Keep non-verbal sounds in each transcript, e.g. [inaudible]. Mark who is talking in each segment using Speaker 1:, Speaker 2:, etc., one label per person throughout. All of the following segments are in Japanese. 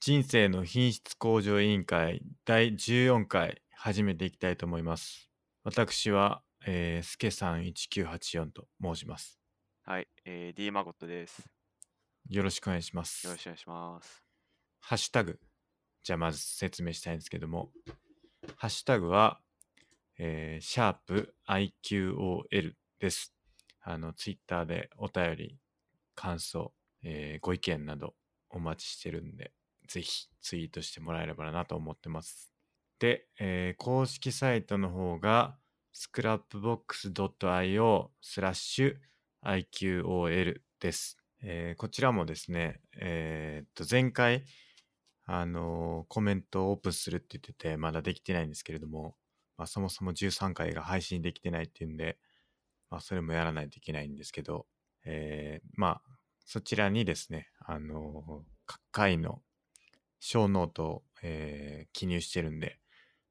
Speaker 1: 人生の品質向上委員会第14回始めていきたいと思います。私は、えー、すけさん1984と申します。
Speaker 2: はい、えー、D マゴットです。
Speaker 1: よろしくお願いしま
Speaker 2: よろし
Speaker 1: す。
Speaker 2: くお願いします。
Speaker 1: ハッシュタグ。じゃあまず説明したいんですけども、ハッシュタグは、えー、シャープ i q o l です。あの、ツイッターでお便り、感想、えーご意見などお待ちしてるんで、ぜひツイートしてもらえればなと思ってます。で、えー公式サイトの方が、scrapbox.io スラッシュ iqol です。えーこちらもですね、えーっと、前回、あのーコメントをオープンするって言ってて、まだできてないんですけれども、まあ、そもそも13回が配信できてないっていうんで、まあ、それもやらないといけないんですけど、えーまあ、そちらにですね、あのー各回の小ノートを、えー記入してるんで、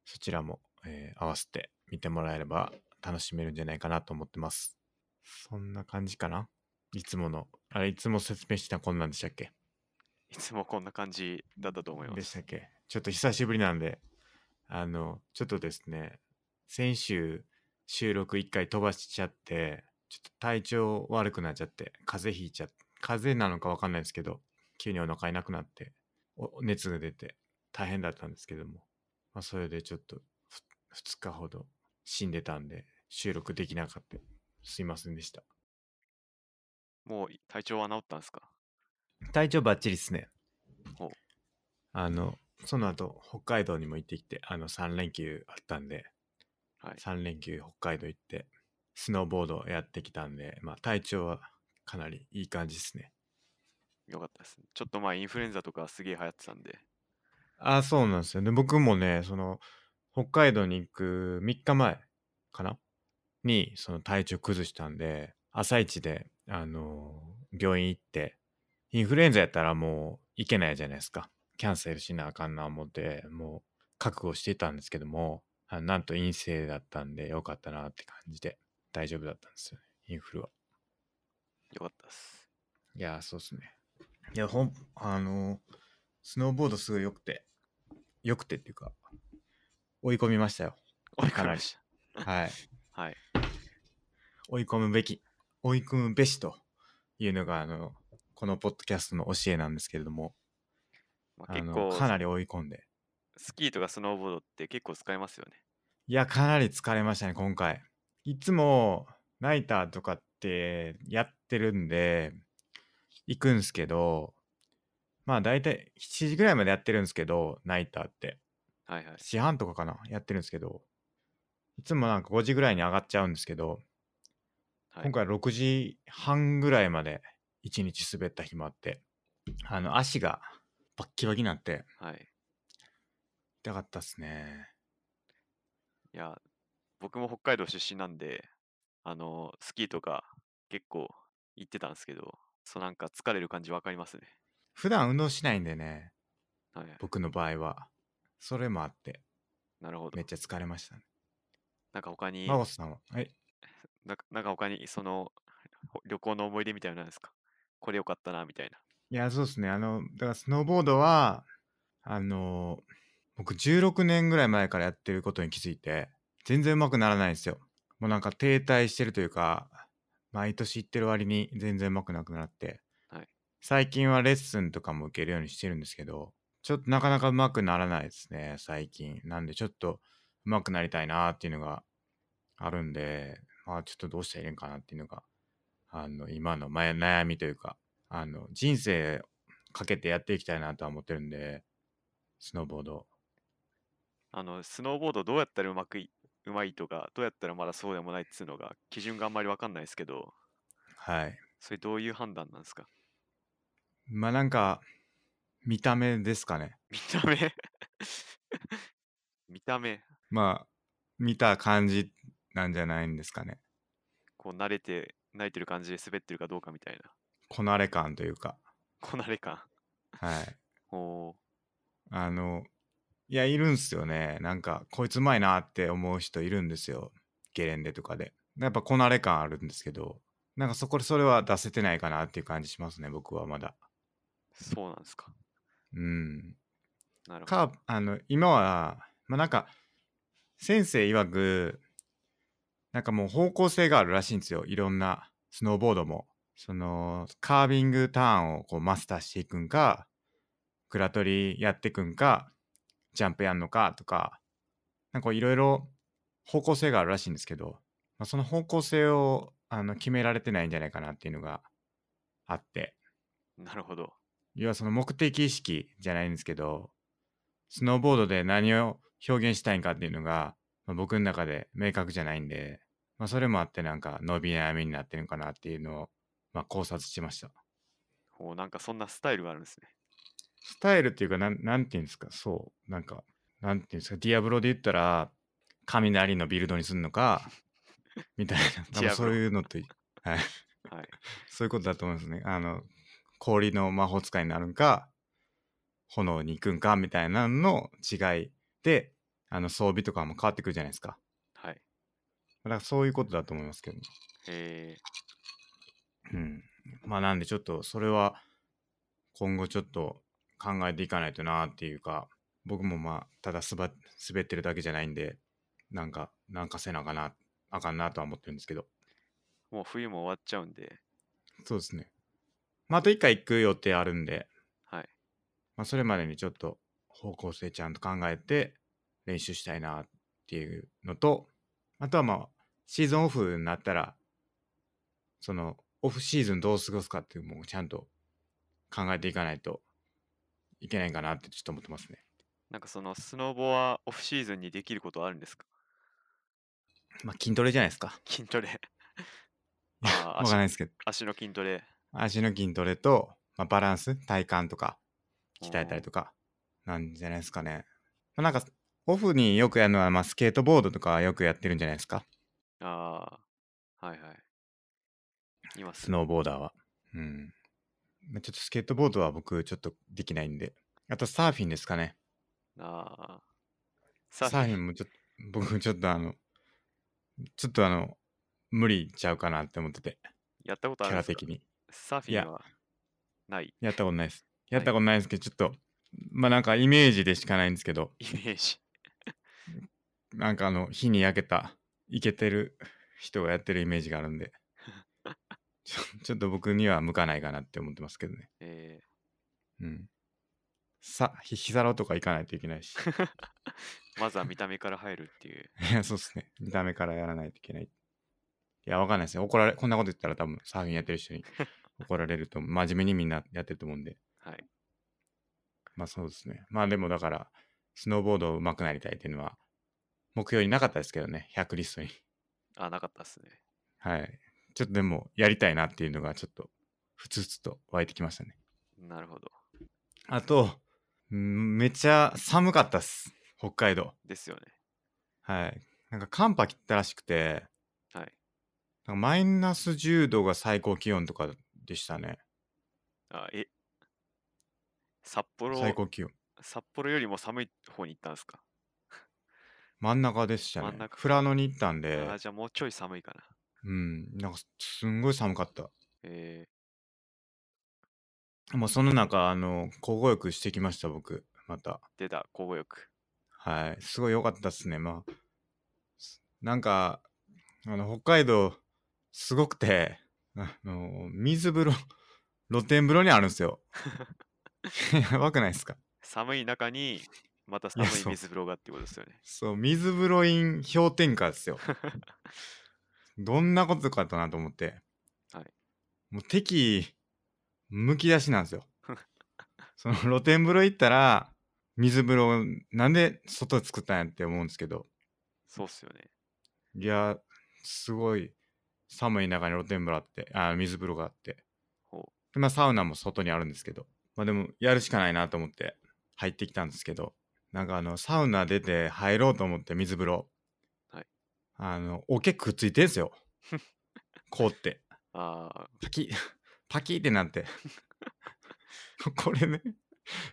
Speaker 1: そちらも、えー合わせて見てもらえれば楽しめるんじゃないかなと思ってます。そんな感じかないつもの、あれ、いつも説明してたこんなんでしたっけ
Speaker 2: いつもこんな感じだったと思いま
Speaker 1: でし
Speaker 2: す。
Speaker 1: たっけちょっと久しぶりなんで、あの、ちょっとですね、先週収録1回飛ばしちゃって、ちょっと体調悪くなっちゃって、風邪ひいちゃって、風邪なのかわかんないですけど、急にお腹いなくなって、お熱が出て大変だったんですけども、まあ、それでちょっと2日ほど死んでたんで、収録できなかった。すいませんでした。
Speaker 2: もう体調は治ったんですか
Speaker 1: 体調バッチリっすね
Speaker 2: ほう。
Speaker 1: あの、その後、北海道にも行ってきて、あの、3連休あったんで、
Speaker 2: はい。
Speaker 1: 3連休北海道行って、スノーボードやってきたんで、まあ、体調はかなりいい感じですね。
Speaker 2: よかったです。ちょっと前インフルエンザとかすげえ流行ってたんで。
Speaker 1: ああ、そうなんですよね。僕もね、その、北海道に行く3日前かなに、その体調崩したんで、朝一で、あのー病院行って、インフルエンザやったらもう行けないじゃないですか。キャンセルしなあかんな思って、もう覚悟してたんですけども、あなんと陰性だったんでよかったなって感じで、大丈夫だったんですよね。インフルは。
Speaker 2: よかったです。 [laughs]
Speaker 1: いやー、そうっすね。いや、ほん、あのースノーボードすごい良くて、良くてっていうか、追い込みま [laughs] したよ。
Speaker 2: おい
Speaker 1: か
Speaker 2: か
Speaker 1: な
Speaker 2: り
Speaker 1: り
Speaker 2: まし
Speaker 1: はい。
Speaker 2: た。はい。
Speaker 1: 追い込むべき、追い込むべしというのが、あの、このポッドキャストの教えなんですけれども、
Speaker 2: まあ、
Speaker 1: あ
Speaker 2: 結
Speaker 1: の
Speaker 2: 構
Speaker 1: かなり追い込んで。
Speaker 2: スキーとかスノーボードって結構使いますよね。
Speaker 1: いや、かなり疲れましたね、今回。いつも、ナイターとかってやってるんで、行くんすけど、まあ大体7時ぐらいまでやってるんですけど、ナイターって。
Speaker 2: はいはい。
Speaker 1: 市販とかかなやってるんですけどいつもなんか5時ぐらいに上がっちゃうんですけど、
Speaker 2: はい、
Speaker 1: 今回6時半ぐらいまで1日滑った日もあってあの足がバッキバキになって
Speaker 2: はい。
Speaker 1: 痛かったっすね
Speaker 2: いや、僕も北海道出身なんで、あの、スキーとか結構行ってたんですけど、そうなんか疲れる感じわかりますね。
Speaker 1: 普段運動しないんでね
Speaker 2: はいはい。
Speaker 1: 僕の場合はそれもあって
Speaker 2: なるほど
Speaker 1: めっ。ちゃ疲れましたね
Speaker 2: なんか他に
Speaker 1: 真帆さんははい
Speaker 2: なんかなんか他にそのほ旅行の思い出みたいなのないですかこれ良かったなみたいな。
Speaker 1: いやそうですねあのだからスノーボードはあの僕16年ぐらい前からやってることに気づいて全然うまくならないんですよもうなんか停滞してるというか毎年行ってる割に全然うまくなくなって、
Speaker 2: はい
Speaker 1: 最近はレッスンとかも受けるようにしてるんですけどちょっとなかなかうまくならないですね最近なんでちょっとうまくなりたいなっていうのがあるんでまあちょっとどうしたらいいんかなっていうのがあの今の前悩みというかあの人生かけてやっていきたいなとは思ってるんでスノーボード
Speaker 2: あの、スノーボードどうやったらうまくい、うまいとか、どうやったらまだそうでもないっつうのが、基準があんまりわかんないですけど、
Speaker 1: はい
Speaker 2: それどういう判断なんですか [laughs]
Speaker 1: まあなんか見た目ですかね
Speaker 2: 見た目 [laughs] 見た目、
Speaker 1: まあ見た感じなんじゃないんですかね
Speaker 2: こう慣れて、慣れてる感じで滑ってるかどうかみたいな。
Speaker 1: こなれ感というか
Speaker 2: こなれ感。
Speaker 1: はい
Speaker 2: おー
Speaker 1: あのいやいるんすよねなんかこいつうまいなって思う人いるんですよゲレンデとかでやっぱこなれ感あるんですけどなんかそこそれは出せてないかなっていう感じしますね僕はまだ
Speaker 2: そうなんですか。
Speaker 1: うん
Speaker 2: なるほど。
Speaker 1: かあの今は、まあ、なんか先生曰くなんかもう方向性があるらしいんですよいろんなスノーボードもそのカービングターンをこうマスターしていくんかクラトリやっていくんかジャンプやんのかとかなんかいろいろ方向性があるらしいんですけど、まあ、その方向性をあの決められてないんじゃないかなっていうのがあって
Speaker 2: なるほど。
Speaker 1: 要はその目的意識じゃないんですけどスノーボードで何を表現したいんかっていうのが、まあ、僕の中で明確じゃないんで、まあ、それもあってなんか伸び悩みになってるのかなっていうのを、まあ、考察しました
Speaker 2: おなんかそんなスタイルがあるんですね。
Speaker 1: スタイルっていうかなんなんていうんですかそうなんかなんていうんですかディアブロで言ったら雷のビルドにするのかみたいな多
Speaker 2: ディ
Speaker 1: 分
Speaker 2: アブロ
Speaker 1: そういうのと、はい、
Speaker 2: はい。
Speaker 1: [laughs] そういうことだと思いますねあの氷の魔法使いになるんか炎に行くんかみたいなのの違いであの装備とかも変わってくるじゃないですか
Speaker 2: はい。
Speaker 1: だからそういうことだと思いますけど、
Speaker 2: え
Speaker 1: うん、まあなんでちょっとそれは今後ちょっと考えていかないとなっていうか僕もまあただすば滑ってるだけじゃないんでなんかなんかせなあかなあかんなとは思ってるんですけど
Speaker 2: ー、もう冬も終わっちゃうんで、
Speaker 1: そうですねまああと1回行く予定あるんで、
Speaker 2: はい。
Speaker 1: まあ、それまでにちょっと方向性ちゃんと考えて練習したいなっていうのとあとはまあシーズンオフになったらそのオフシーズンどう過ごすかっていうのもちゃんと考えていかないといけないかなってちょっと思ってますね。
Speaker 2: なんかそのスノボはオフシーズンにできることあるんですか [laughs]
Speaker 1: まあ筋トレじゃないですか。
Speaker 2: 筋トレ。
Speaker 1: いや
Speaker 2: あ
Speaker 1: わ
Speaker 2: ー
Speaker 1: かんないですけど
Speaker 2: 足の筋トレ。
Speaker 1: 足の筋トレと、まあ、バランス体幹とか鍛えたり
Speaker 2: か。
Speaker 1: とかなんじゃないですかね。まあ、なんかオフによくやるのは、まあ、スケートボードとかよくやってるんじゃないですか
Speaker 2: ああ、はいはい。今す
Speaker 1: スノーボーダーは。うん。まあちょっとスケートボードは僕ちょっとできないんで。あとサーフィンですかね。
Speaker 2: ああ。
Speaker 1: サ
Speaker 2: サ
Speaker 1: ー
Speaker 2: ーフィン
Speaker 1: フィンもちょっと、僕ちょっとあの、ちょっとあの、無理ちゃうかなって思ってて、
Speaker 2: やったこと
Speaker 1: キ
Speaker 2: あ
Speaker 1: ャ
Speaker 2: る
Speaker 1: ラ
Speaker 2: んですか
Speaker 1: 的に。
Speaker 2: サーフ
Speaker 1: い
Speaker 2: ィ
Speaker 1: や
Speaker 2: ンはない
Speaker 1: やったことないです。やったことないですけど、ちょっと、まあなんかイメージでしかないんですけど、
Speaker 2: イメージ。 [laughs]
Speaker 1: なんかあの、火に焼けた、イケてる人がやってるイメージがあるんで、ち
Speaker 2: [laughs]
Speaker 1: ょちょっと僕には向かないかなって思ってますけどね。
Speaker 2: え
Speaker 1: うん。さ、ひ膝ロとか行かないといけない
Speaker 2: [laughs]
Speaker 1: し。 [laughs]
Speaker 2: ー、まずは見た目から入るっていう。
Speaker 1: いや、そうっすね。見た目からやらないといけない。いや、わかんないですよ。怒られ、こんなこと言ったら多分サーフィンやってる
Speaker 2: [laughs]
Speaker 1: 人に怒られると思う、真面目にみんなやってると思うんで。
Speaker 2: はい。
Speaker 1: まあそうですね。まあでもだから、スノーボード上手くなりたいっていうのは、目標になかったですけどね、100リストに。
Speaker 2: あ、なかったっすね。
Speaker 1: はい。ちょっとでも、やりたいなっていうのがちょっと、ふつふつと湧いてきましたね。
Speaker 2: なるほど。
Speaker 1: あと、んめっちゃ寒かったっす。北海道。
Speaker 2: ですよね。
Speaker 1: はい。なんか寒波来たらしくて、
Speaker 2: は
Speaker 1: な
Speaker 2: い。
Speaker 1: んかマイナス10度が最高気温とかでしたね。
Speaker 2: あ、え、札幌、
Speaker 1: 最高気温。
Speaker 2: 札幌よりも寒い方に行ったんですか、
Speaker 1: 真ん中でした
Speaker 2: 真ん
Speaker 1: ね。
Speaker 2: 中
Speaker 1: フラノに行ったんで
Speaker 2: あ、ー、じゃあもうちょい寒いかな。
Speaker 1: うん、なんかすすんごい寒かった。
Speaker 2: え
Speaker 1: もうその中、あの、交互浴してきました、僕、また。
Speaker 2: ー、出た、交互浴。
Speaker 1: はい、すごい良かったっすね。まあ、すなんか、あの、北海道、すごくて、あの、水風呂、露天風呂にあるんですよ。 [laughs] やばくないですか
Speaker 2: 寒い中に、また
Speaker 1: や
Speaker 2: 寒い
Speaker 1: そう
Speaker 2: 水風呂がってことですよね。
Speaker 1: そう、水風呂イン氷点下ですよ。どんなことかとなと思って。
Speaker 2: はい
Speaker 1: もう敵、むき出しなんです
Speaker 2: [laughs]
Speaker 1: よ。その露天風呂行ったら、水風呂、なんで外作ったんやって思うんですけど、
Speaker 2: そうっすよね。
Speaker 1: いや、すごい寒い中に露天風呂あって、あ水風呂があって。
Speaker 2: ほ
Speaker 1: でまあサウナも外にあるんですけど、まあでもやるしかないなと思って入ってきたんですけど、なんかあのサウナ出て入ろうと思って水風呂。
Speaker 2: はい。
Speaker 1: あの、桶くっついてんす
Speaker 2: [laughs]
Speaker 1: よ。凍って。
Speaker 2: う。あ [laughs]
Speaker 1: パ [laughs] キッ、パキってなって。 [laughs] これね、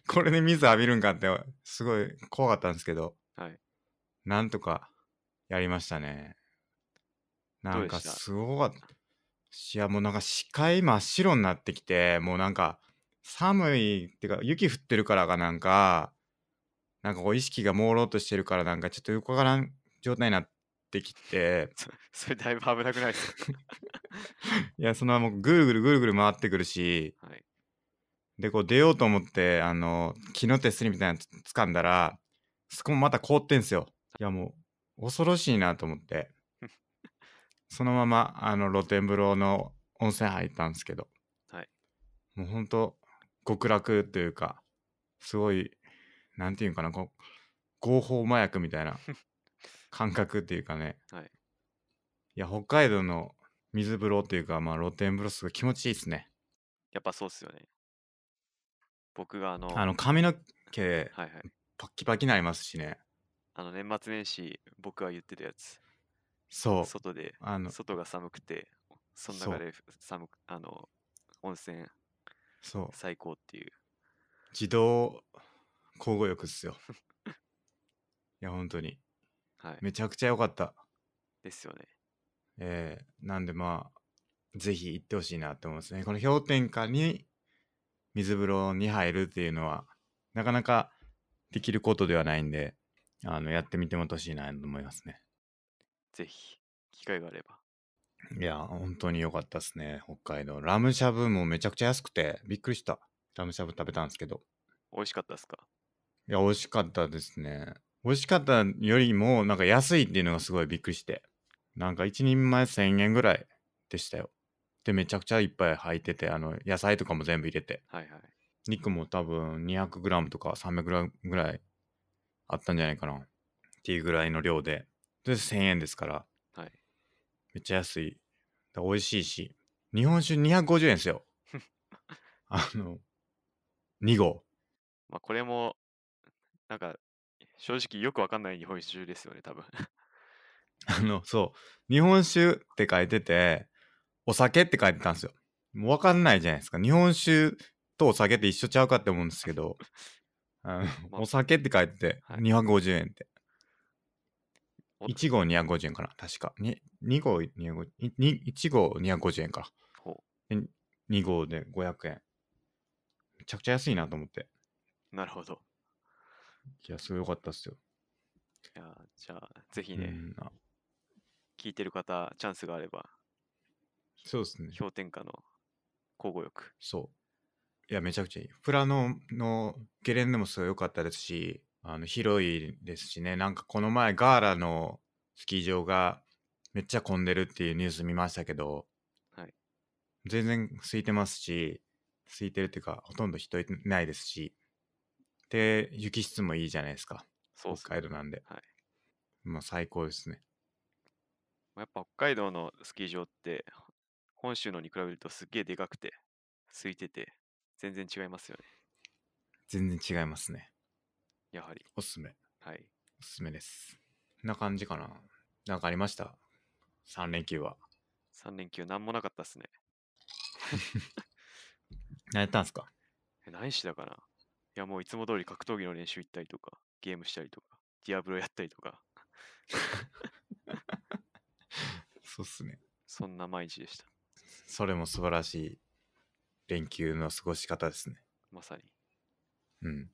Speaker 1: これで水浴びるんかって、すごい怖かったんですけど、
Speaker 2: はい
Speaker 1: なんとかやりましたね。な
Speaker 2: どうんで
Speaker 1: か
Speaker 2: した
Speaker 1: すごかった。いや、もうなんか視界真っ白になってきて、もうなんか寒いってか、雪降ってるからかなんか、なんかこう意識が朦朧としてるからなんかちょっとよくわからん状態になってきて、
Speaker 2: そそれだいぶ危なくないです
Speaker 1: [laughs]
Speaker 2: か
Speaker 1: いや、そのもうぐるぐるぐるぐる回ってくるし、
Speaker 2: はい。
Speaker 1: で、こう出ようと思って、あの、木の手すりみたいなのつ掴んだら、そこもまた凍ってんすよ。いや、もう恐ろしいなと思って、
Speaker 2: [laughs]
Speaker 1: そのままあの露天風呂の温泉入ったんですけど、
Speaker 2: はい。
Speaker 1: もうほんと極楽というか、すごい、なんていうんかな、こう合法麻薬みたい
Speaker 2: [laughs]
Speaker 1: な感覚っていうかね、
Speaker 2: はい。
Speaker 1: いや、北海道の水風呂というか、まあ露天風呂すごい気持ちいいですね。
Speaker 2: やっぱそうっすよね。僕があの、
Speaker 1: あ
Speaker 2: はい
Speaker 1: の髪の毛
Speaker 2: はい。
Speaker 1: パッキパキになりますしね。
Speaker 2: あの、年末年始、僕が言ってたやつ。
Speaker 1: そう。
Speaker 2: 外で、
Speaker 1: あの、
Speaker 2: 外が寒くて、その
Speaker 1: そ
Speaker 2: 中
Speaker 1: う
Speaker 2: でふ寒く、あの、温泉
Speaker 1: そう。
Speaker 2: 最高っていう。
Speaker 1: 自動交互浴っ [laughs] すよ。いや、本当に。
Speaker 2: はい。
Speaker 1: めちゃくちゃ良かった。
Speaker 2: ですよね。
Speaker 1: えー、なんでまあ、ぜひ行ってほしいなって思いますね。この氷点下に水風呂に入るっていうのは、なかなかできることではないんで、あの、やってみてもらってほしいなと思いますね。
Speaker 2: ぜひ、機会があれば。
Speaker 1: いや、本当に良かったですね、北海道。ラムしゃぶもめちゃくちゃ安くて、びっくりした。ラムしゃぶ食べたんですけど。
Speaker 2: 美味しかったですか
Speaker 1: いや、美味しかったですね。美味しかったよりも、なんか安いっていうのがすごいびっくりして。なんか一人前1000円ぐらいでしたよ。で、めちゃくちゃいっぱい入ってて、あの、野菜とかも全部入れて。
Speaker 2: はいはい。
Speaker 1: 肉も多分 200g とか 300g ぐらいあったんじゃないかな。っていうぐらいの量で。で、1000円ですから、
Speaker 2: はい。
Speaker 1: めっちゃ安い。だ美味しいし。日本酒250円ですよ。あの、2合。
Speaker 2: まあ、これも、なんか、正直よくわかんない日本酒ですよね、多分。 [laughs]
Speaker 1: あの、そう。日本酒って書いてて、お酒って書いてたんですよ。もうわかんないじゃないですか。日本酒とお酒って一緒ちゃうかって思うんですけど、あの
Speaker 2: [laughs] まあ、
Speaker 1: お酒って書いてて、
Speaker 2: はい。
Speaker 1: 250円って。
Speaker 2: お
Speaker 1: 1号250円かな確か。に2号250円。1号250円か。
Speaker 2: ほ
Speaker 1: で2号で500円。めちゃくちゃ安いなと思って。
Speaker 2: う。なるほど。
Speaker 1: いや、すごい良かったっすよ。
Speaker 2: いやー、じゃあ、ぜひ
Speaker 1: う
Speaker 2: ね、
Speaker 1: ん。あ
Speaker 2: 聞いてる方、チャンスがあれば、
Speaker 1: そうですね。
Speaker 2: 氷点下の交互浴。
Speaker 1: そう。いや、めちゃくちゃいい。プラノのゲレンデもすごい良かったですし、あの広いですしね、なんかこの前、ガーラのスキー場がめっちゃ混んでるっていうニュース見ましたけど、
Speaker 2: はい。
Speaker 1: 全然空いてますし、空いてるっていうか、ほとんど人いないですし、で、雪質もいいじゃないですか、
Speaker 2: そうっ
Speaker 1: 北
Speaker 2: すね。
Speaker 1: 海道なんで。
Speaker 2: はい。
Speaker 1: もう最高ですね。
Speaker 2: まあやっぱ北海道のスキー場って、本州のに比べるとすっげえでかくて、空いてて、全然違いますよね。
Speaker 1: 全然違いますね。
Speaker 2: やはり。
Speaker 1: おすすめ。
Speaker 2: はい。
Speaker 1: おすすめです。こんな感じかな。なんかありました ?3 連休は。
Speaker 2: 3連休なんもなかったっすね。
Speaker 1: 何やったんすか
Speaker 2: え何してたかないや、もういつも通り格闘技の練習行ったりとか、ゲームしたりとか、ディアブロやったりとか、
Speaker 1: そうっすね。
Speaker 2: そんな毎日でした。
Speaker 1: それも素晴らしい連休の過ごし方ですね。
Speaker 2: まさに。
Speaker 1: うん。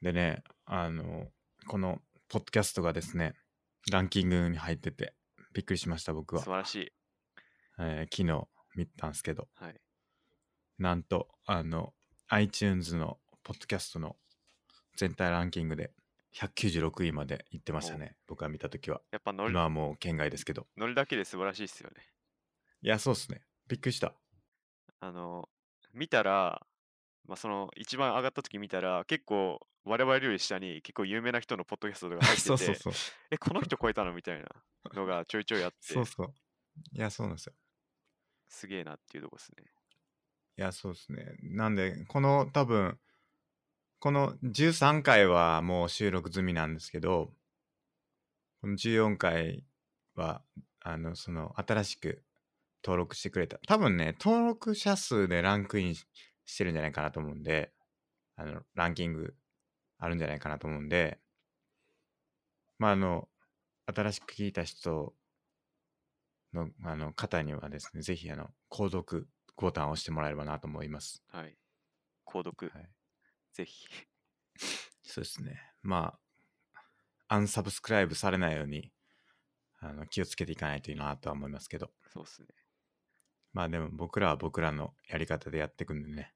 Speaker 1: でね、あの、このポッドキャストがですね、ランキングに入ってて、びっくりしました、僕
Speaker 2: 素
Speaker 1: は。
Speaker 2: 晴らしい。
Speaker 1: えー昨日見たんですけど、
Speaker 2: はい。
Speaker 1: なんと、あの、iTunes のポッドキャストの全体ランキングで196位まで行ってました
Speaker 2: お
Speaker 1: ね、僕が見たときは。
Speaker 2: やっぱ乗る
Speaker 1: 今はもう県外ですけど。
Speaker 2: 乗るだけで素晴らしいっすよね。
Speaker 1: いや、そうっすね。びっくりした。
Speaker 2: [laughs] あの、見たら、まあ、その一番上がった時見たら、結構我々より下に結構有名な人のポッドキャストとか入っ
Speaker 1: [laughs]
Speaker 2: て
Speaker 1: そうそう
Speaker 2: て、
Speaker 1: そう。
Speaker 2: え、この人超えたのみたいなのがちょいちょいあっ
Speaker 1: そう
Speaker 2: て、
Speaker 1: そう。いや、そうなんですよ。
Speaker 2: すげえなっていうとこですね。
Speaker 1: いや、そうですね。なんで、この多分、この13回はもう収録済みなんですけど、この14回は、あの、その、新しく登録してくれた。多分ね、登録者数でランクインししてるんじゃないかなと思うんで、あの、ランキングあるんじゃないかなと思うんで、まあ、あの、新しく聞いた人の、あの、方にはですね、ぜひ、あの、購読ボタンを押してもらえればなと思います。
Speaker 2: はい。購読、
Speaker 1: はい。
Speaker 2: ぜひ。
Speaker 1: そうですね。まあ、アンサブスクライブされないように、あの、気をつけていかないといいなとは思いますけど。
Speaker 2: そうっすね。
Speaker 1: まあでも僕らは僕らのやり方でやっていくんでね。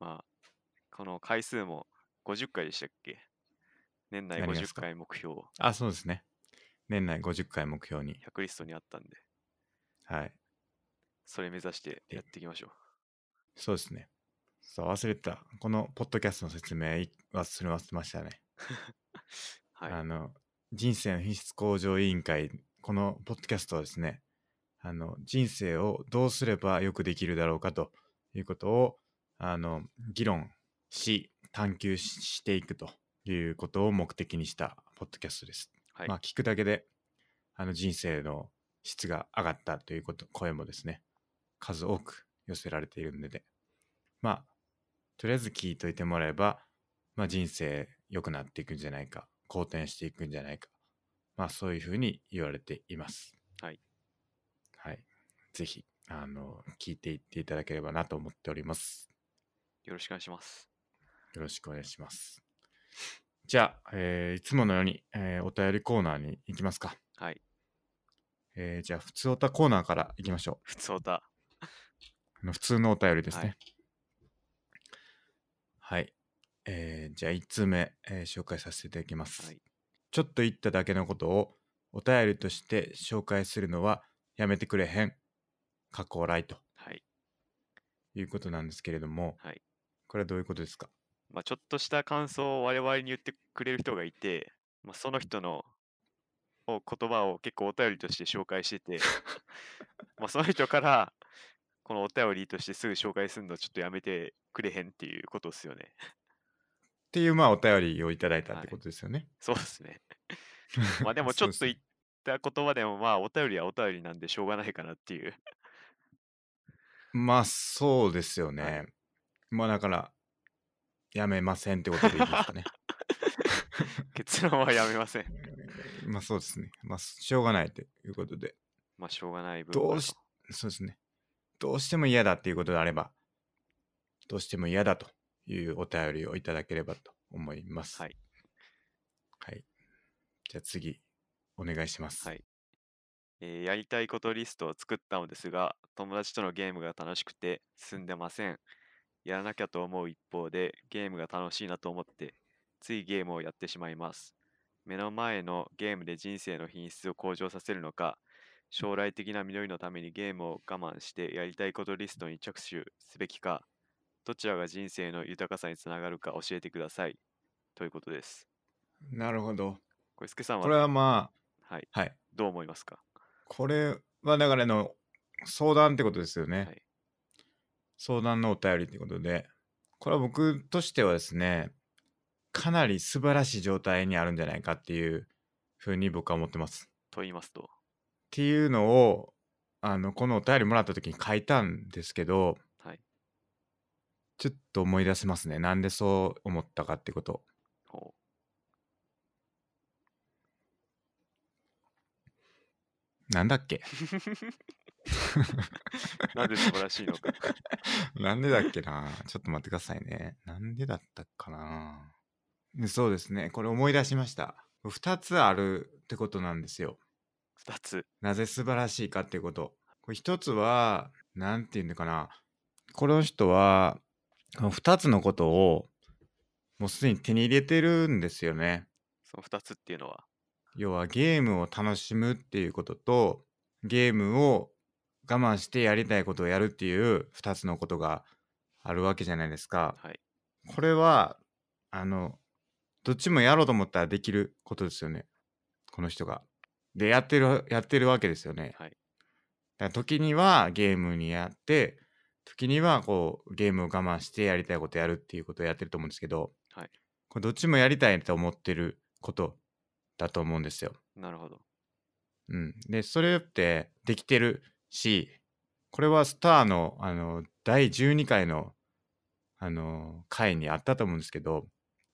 Speaker 2: まあ、この回数も50回でしたっけ年内
Speaker 1: 何がっす
Speaker 2: 50
Speaker 1: か
Speaker 2: 回目標、
Speaker 1: あ、そうですね。年内50回目標に。
Speaker 2: 100リストにあったんで、
Speaker 1: はい。
Speaker 2: それ目指して
Speaker 1: で
Speaker 2: やっていきましょ
Speaker 1: そうですね。そう、忘れてた。このポッドキャストの説明い忘れ忘れましたね。
Speaker 2: う。はい。
Speaker 1: あの、人生の品質向上委員会、このポッドキャストはですね、あの、人生をどうすればよくできるだろうかということを、あの、議論し、探求ししていくということを目的にしたポッドキャストです。
Speaker 2: はい
Speaker 1: まあ、聞くだけで、あの、人生の質が上がったということ、声もですね、数多く寄せられているので、まあ、とりあえず聞いといてもらえば、まあ、人生良くなっていくんじゃないか好転していくんじゃないか、まあ、そういうふうに言われています。
Speaker 2: はい、
Speaker 1: はい、ぜひあの聞いていっていただければなと思っております。
Speaker 2: よろしくお願いします。 [laughs]
Speaker 1: よろしくお願いします。じゃあ、えーいつものように、えーお便りコーナーに行きますか。
Speaker 2: はい。
Speaker 1: えーじゃあ、普通おたコーナーから行きましょう。
Speaker 2: 普通だ。
Speaker 1: あの普通のお便りですね。はい。えーじゃあ1通目、えー紹介させていただきます。
Speaker 2: はい
Speaker 1: ちょっと言っただけのことをお便りとして紹介するのはやめてくれへん。過去来と
Speaker 2: はい。
Speaker 1: いうことなんですけれども、
Speaker 2: はい
Speaker 1: これはどういうことですか
Speaker 2: まあ、ちょっとした感想を我々に言ってくれる人がいて、まあ、その人のを言葉を結構お便りとして紹介してて、まあその人からこのお便りとしてすぐ紹介するのちょっとやめてくれへんっていうことですよね。 [laughs]
Speaker 1: っていうまあお便りをいただいたってことですよね。
Speaker 2: そうですね。まあでもち
Speaker 1: そ
Speaker 2: ょ
Speaker 1: う
Speaker 2: っ
Speaker 1: です
Speaker 2: と
Speaker 1: ね
Speaker 2: 言った言葉でもまあお便りはお便りなんでしょうがないかなっていう。 [laughs]
Speaker 1: まあそうですよね。
Speaker 2: はい
Speaker 1: まあだから、やめませんってことでいいですか
Speaker 2: [laughs]
Speaker 1: ね。
Speaker 2: 結論はやめません。
Speaker 1: まあそうですね。まあしょうがないということで。
Speaker 2: まあしょうがない部分
Speaker 1: ど
Speaker 2: だ
Speaker 1: うし、そうですね。どうしても嫌だっていうことであれば、どうしても嫌だというお便りをいただければと思います。
Speaker 2: はい。
Speaker 1: はい。じゃあ次、お願いします。
Speaker 2: はいえーやりたいことリストを作ったのですが、友達とのゲームが楽しくて進んでません。やらなきゃと思う一方で、ゲームが楽しいなと思って、ついゲームをやってしまいます。目の前のゲームで人生の品質を向上させるのか、将来的な実りのためにゲームを我慢してやりたいことリストに着手すべきか、どちらが人生の豊かさにつながるか教えてください。ということです。
Speaker 1: なるほど。
Speaker 2: これ、すけさんは、
Speaker 1: これはま
Speaker 2: はい、
Speaker 1: あ、はい。
Speaker 2: どう思いますか
Speaker 1: これはだからあの相談ってことですよね。
Speaker 2: はい
Speaker 1: 相談のお便りってことで、これは僕としてはですね、かなり素晴らしい状態にあるんじゃないかっていうふうに僕は思ってます。
Speaker 2: と言いますと、
Speaker 1: っていうのをあのこのお便りもらった時に書いたんですけど、
Speaker 2: はい
Speaker 1: ちょっと思い出せますねなんでそう思ったかってこと
Speaker 2: ほう
Speaker 1: なんだっ
Speaker 2: [laughs]
Speaker 1: け
Speaker 2: なんで素晴らし
Speaker 1: [laughs]
Speaker 2: いのか。
Speaker 1: なんでだっけなちょっと待ってくださいねなんでだったかなでそうですねこれ思い出しました2つあるってことなんですよ
Speaker 2: 二つ。
Speaker 1: なぜ素晴らしいかっていうこと。これ一つは、なんて言うのかな。この人は、この二つのことを、もうすでに手に入れてるんですよね。
Speaker 2: その二つっていうのは。
Speaker 1: 要はゲームを楽しむっていうことと、ゲームを我慢してやりたいことをやるっていう二つのことがあるわけじゃないですか。
Speaker 2: はい。
Speaker 1: これは、あの、どっちもやろうと思ったらできることですよね。この人が。で、やってる、やってるわけですよね。
Speaker 2: はい。
Speaker 1: だから時にはゲームにやって時にはこうゲームを我慢してやりたいことやるっていうことをやってると思うんですけど、
Speaker 2: はい
Speaker 1: これどっちもやりたいと思ってることだと思うんですよ。
Speaker 2: なるほど。
Speaker 1: うん、でそれってできてるしこれはスターのあの第12回のあの回にあったと思うんですけど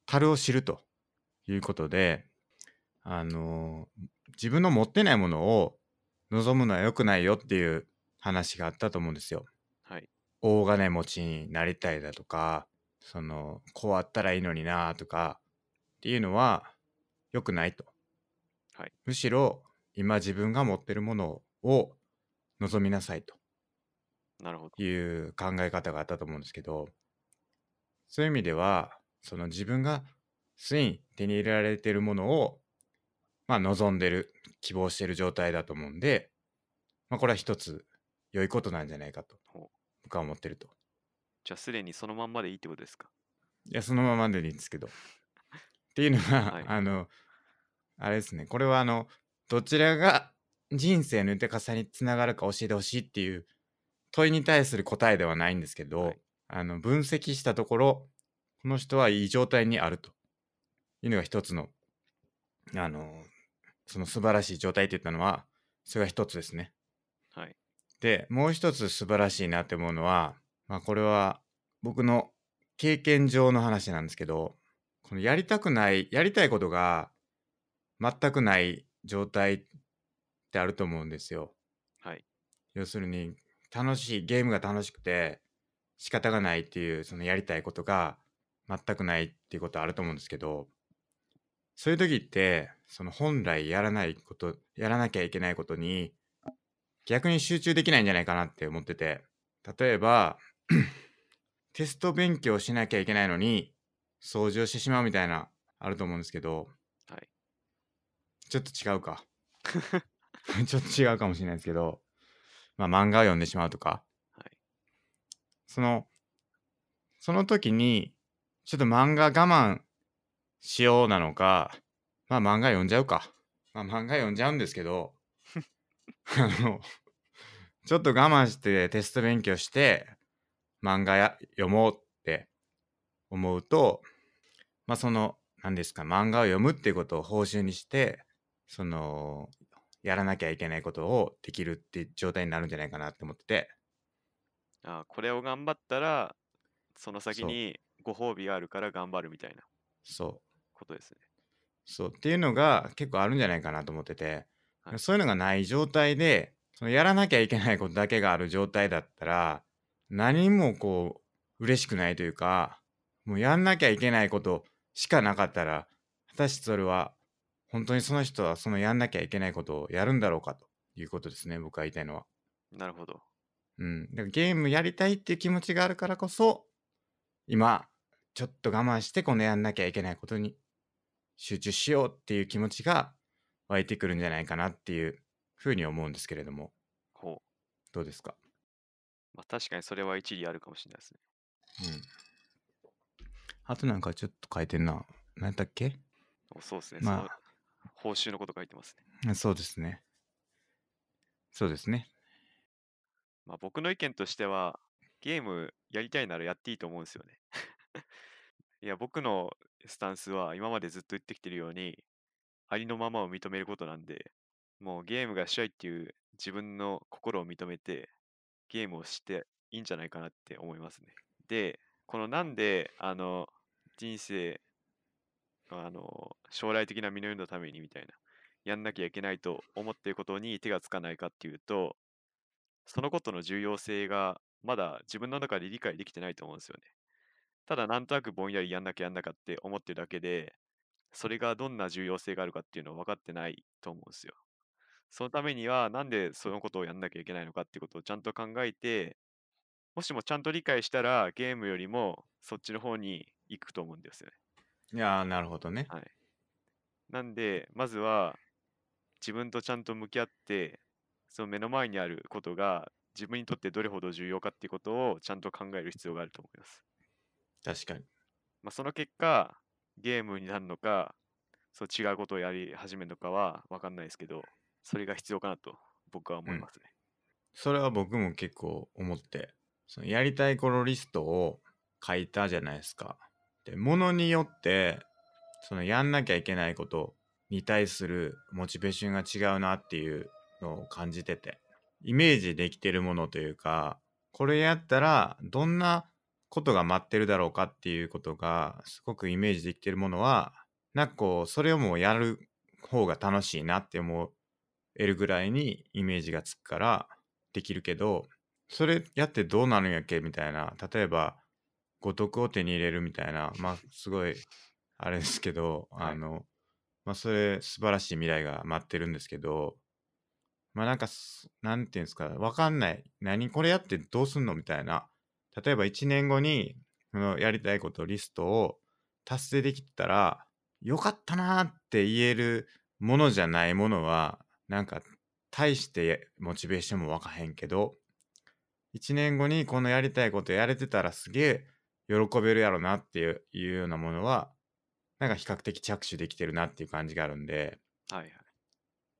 Speaker 1: 樽を知るということであの自分の持ってないものを望むのは良くないよっていう話があったと思うんですよ。
Speaker 2: はい。
Speaker 1: 大金持ちになりたいだとかそのこうあったらいいのになとかっていうのは良くないと、
Speaker 2: はい
Speaker 1: むしろ今自分が持ってるものを望みなさいと
Speaker 2: なるほど。
Speaker 1: いう考え方があったと思うんですけどそういう意味ではその自分がすでに手に入れられてるものを、まあ、望んでる希望してる状態だと思うんで、まあ、これは一つ良いことなんじゃないかと
Speaker 2: ほう
Speaker 1: 僕は思ってると。
Speaker 2: じゃあ、すでにそのまんまでいいってことですか
Speaker 1: いや、そのままでいいんですけど。っていうのが、
Speaker 2: はい
Speaker 1: あの、あれですね、これはあの、どちらが人生の豊かさにつながるか教えてほしいっていう問いに対する答えではないんですけど、
Speaker 2: はい
Speaker 1: あの、分析したところ、この人はいい状態にあるというのが一つの、あの、その素晴らしい状態って言ったのは、それが一つですね。
Speaker 2: はい。
Speaker 1: で、もう一つ素晴らしいなって思うのは、まあこれは僕の経験上の話なんですけど、このやりたくない、やりたいことが全くない状態ってあると思うんですよ。
Speaker 2: はい。
Speaker 1: 要するに楽しい、ゲームが楽しくて仕方がないっていう、そのやりたいことが全くないっていうことあると思うんですけど、そういう時って、その本来やらないこと、やらなきゃいけないことに逆に集中できないんじゃないかなって思ってて例えば [clears throat] テスト勉強しなきゃいけないのに掃除をしてしまうみたいなあると思うんですけど、
Speaker 2: はい
Speaker 1: ちょっと違う
Speaker 2: [laughs]
Speaker 1: かちょっと違うかもしれないですけど、まあ、漫画を読んでしまうとか、
Speaker 2: はい
Speaker 1: そのその時にちょっと漫画我慢しようなのかまあ漫画読んじゃうか、まあ、漫画読んじゃうんですけ
Speaker 2: [laughs]
Speaker 1: どあのちょっと我慢してテスト勉強して漫画や読もうって思うと、まあその、何ですか、漫画を読むっていうことを報酬にして、その、やらなきゃいけないことをできるっていう状態になるんじゃないかなって思ってて、
Speaker 2: あーこれを頑張ったら、その先
Speaker 1: そう
Speaker 2: にご褒美があるから頑張るみたいな
Speaker 1: そう、
Speaker 2: ことですね。
Speaker 1: そうっていうのが結構あるんじゃないかなと思ってて、
Speaker 2: はい
Speaker 1: そういうのがない状態でそのやらなきゃいけないことだけがある状態だったら何もこう嬉しくないというかもうやんなきゃいけないことしかなかったら果たしてそれは本当にその人はそのやんなきゃいけないことをやるんだろうかということですね僕が言いたいのは。
Speaker 2: なるほど。
Speaker 1: うん、だからゲームやりたいっていう気持ちがあるからこそ今ちょっと我慢してこのやんなきゃいけないことに集中しようっていう気持ちが湧いてくるんじゃないかなっていうふうに思うんですけれども
Speaker 2: ほ
Speaker 1: どうですか、
Speaker 2: う。まあ、確かにそれは一理あるかもしれないですね。
Speaker 1: うん、あとなんかちょっと変えてんな何やったっけ
Speaker 2: おそうですね。
Speaker 1: まあ
Speaker 2: その報酬のこと書いてますね。
Speaker 1: うんそうですねそうですね
Speaker 2: まあ、僕の意見としては、ゲームやりたいならやっていいと思うんですよね。 [laughs] いや、僕のスタンスは今までずっと言ってきてるように、ありのままを認めることなんで、もうゲームがしたいっていう自分の心を認めて、ゲームをしていいんじゃないかなって思いますね。で、このなんで、あの、人生、あの、将来的な実りのためにみたいな、やんなきゃいけないと思っていることに手がつかないかっていうと、そのことの重要性がまだ自分の中で理解できてないと思うんですよね。ただなんとなくぼんやりやんなきゃやんなきゃって思ってるだけで、それがどんな重要性があるかっていうのは分かってないと思うんですよ。そのためにはなんでそのことをやんなきゃいけないのかっていうことをちゃんと考えて、もしもちゃんと理解したらゲームよりもそっちの方に行くと思うんですよね。
Speaker 1: いやーなるほどね
Speaker 2: はいなんで、まずは自分とちゃんと向き合って、その目の前にあることが自分にとってどれほど重要かっていうことをちゃんと考える必要があると思います。
Speaker 1: 確かに
Speaker 2: まあ、その結果、ゲームになるのか、そう違うことをやり始めるのかは分かんないですけど、それが必要かなと僕は思い
Speaker 1: うん
Speaker 2: ますね。
Speaker 1: それは僕も結構思ってそのやりたい頃リストを書いたじゃないですか。でものによってそのやんなきゃいけないことに対するモチベーションが違うなっていうのを感じててイメージできてるものというかこれやったらどんなことが待ってるだろうかっていうことがすごくイメージできてるものはなんかこうそれをもうやる方が楽しいなって思えるぐらいにイメージがつくからできるけどそれやってどうなるんやっけみたいな例えば五徳を手に入れるみたいなまあすごいあれですけど、
Speaker 2: はい
Speaker 1: あの、まあ、それ、素晴らしい未来が待ってるんですけど、まあ、なんかす、なんていうんですか、わかんない。何これやってどうすんのみたいな。例えば1年後に、そのやりたいことリストを達成できたら、よかったなーって言えるものじゃないものは、なんか、大してモチベーションもわかへんけど、1年後にこのやりたいことやれてたらすげえ喜べるやろなっていういうようなものは、なんか比較的着手できてるなっていう感じがあるんで、
Speaker 2: はいはい。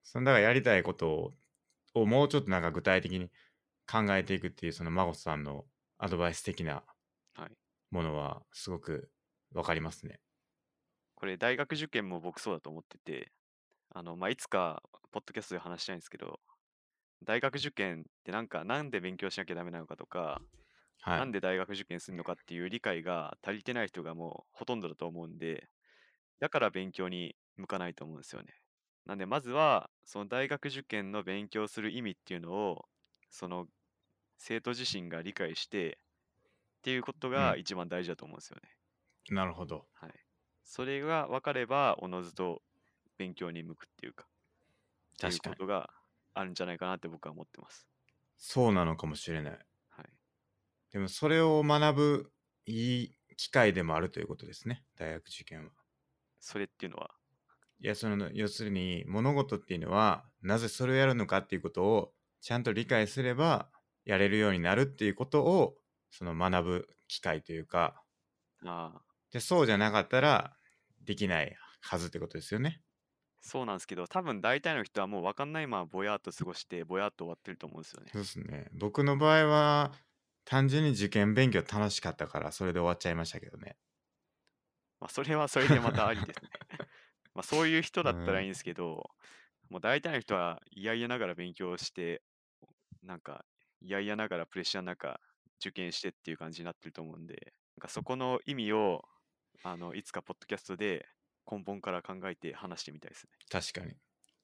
Speaker 1: そのだからやりたいことををもうちょっとなんか具体的に考えていくっていうその孫さんのアドバイス的な
Speaker 2: はい
Speaker 1: ものはすごくわかりますね。
Speaker 2: これ大学受験も僕そうだと思ってて、あの、まあ、いつかポッドキャストで話したいんですけど、大学受験ってなんかなんで勉強しなきゃダメなのかとか、
Speaker 1: はい。
Speaker 2: なんで大学受験するのかっていう理解が足りてない人がもうほとんどだと思うんで、だから勉強に向かないと思うんですよね。なんでまずはその大学受験の勉強する意味っていうのをその生徒自身が理解してっていうことが一番大事だと思うんですよね。
Speaker 1: なるほど。
Speaker 2: はい。それが分かれば、おのずと勉強に向くっていうか、っていう
Speaker 1: 確か
Speaker 2: こ
Speaker 1: に。
Speaker 2: とがあるんじゃないかなって僕は思ってます。
Speaker 1: そうなのかもしれない。
Speaker 2: はい。
Speaker 1: でもそれを学ぶいい機会でもあるということですね。大学受験は。
Speaker 2: それっていうのは、
Speaker 1: いや、その、要するに物事っていうのは、なぜそれをやるのかっていうことをちゃんと理解すれば、やれるようになるっていうことを、その学ぶ機会というか、
Speaker 2: ああ、
Speaker 1: で、そうじゃなかったら、できないはずってことですよね。
Speaker 2: そうなんですけど、多分大体の人はもう分かんないままぼやっと過ごして、ぼやっと終わってると思うんですよね。
Speaker 1: そうですね。僕の場合は、単純に受験勉強楽しかったから、それで終わっちゃいましたけどね。
Speaker 2: まあ、それはそれでまたあり [laughs] ですね。まあ、そういう人だったらいいんですけど、もう大体の人は嫌々ながら勉強して、なんか嫌々ながらプレッシャーの中、受験してっていう感じになってると思うんで、なんかそこの意味を、あの、いつかポッドキャストで根本から考えて話してみたいですね。
Speaker 1: 確かに。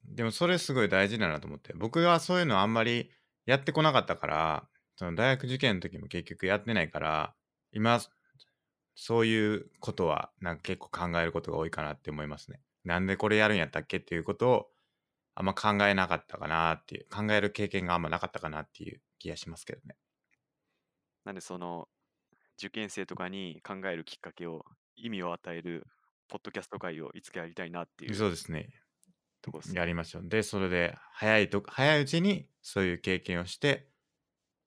Speaker 1: でもそれすごい大事だなと思って。僕はそういうのあんまりやってこなかったから、その大学受験の時も結局やってないから、今、そういうことはなんか結構考えることが多いかなって思いますね。なんでこれやるんやったっけっていうことをあんま考えなかったかなっていう、考える経験があんまなかったかなっていう気がしますけどね。
Speaker 2: なんでその、受験生とかに考えるきっかけを、意味を与える、ポッドキャスト会をいつかやりたいなっていう
Speaker 1: そうですね。
Speaker 2: ところですね。
Speaker 1: やりましょう。で、それで早いと、早いうちにそういう経験をして、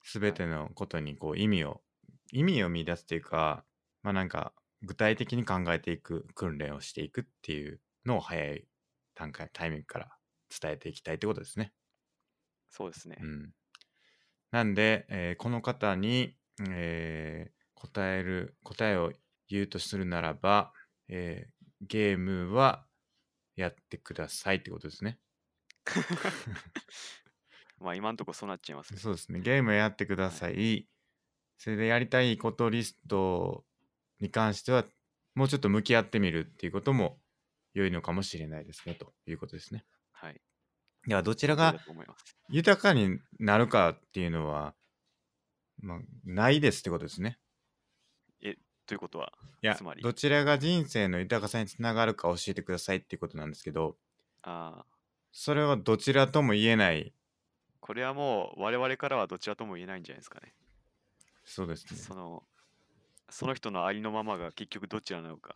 Speaker 1: すべてのことにこう意味を、意味を見出すというか、まあなんか具体的に考えていく、訓練をしていくっていうのを早い段階、タイミングから伝えていきたいってことですね。
Speaker 2: そうですね。
Speaker 1: うん。なんで、えーこの方に、えー答える、答えを言うとするならば、えーゲームはやってくださいってことですね。
Speaker 2: まあ今んとこそうなっちゃいますけど。
Speaker 1: そうですね。ゲームやってください。それでやりたいことリストに関しては、もうちょっと向き合ってみるっていうことも良いのかもしれないですね、ということですね。
Speaker 2: はい。
Speaker 1: いや、どちら
Speaker 2: そうだ
Speaker 1: が
Speaker 2: と思います。
Speaker 1: 豊かになるかっていうのは、まあ、ないですってことですね。
Speaker 2: ということは、
Speaker 1: いや
Speaker 2: つま、り
Speaker 1: どちらが人生の豊かさにつながるか教えてくださいっていうことなんですけど、
Speaker 2: あー
Speaker 1: それはどちらとも言えない。
Speaker 2: これはもう我々からはどちらとも言えないんじゃないですかね。
Speaker 1: そうですね。
Speaker 2: その、その人のありのままが結局どちらなのか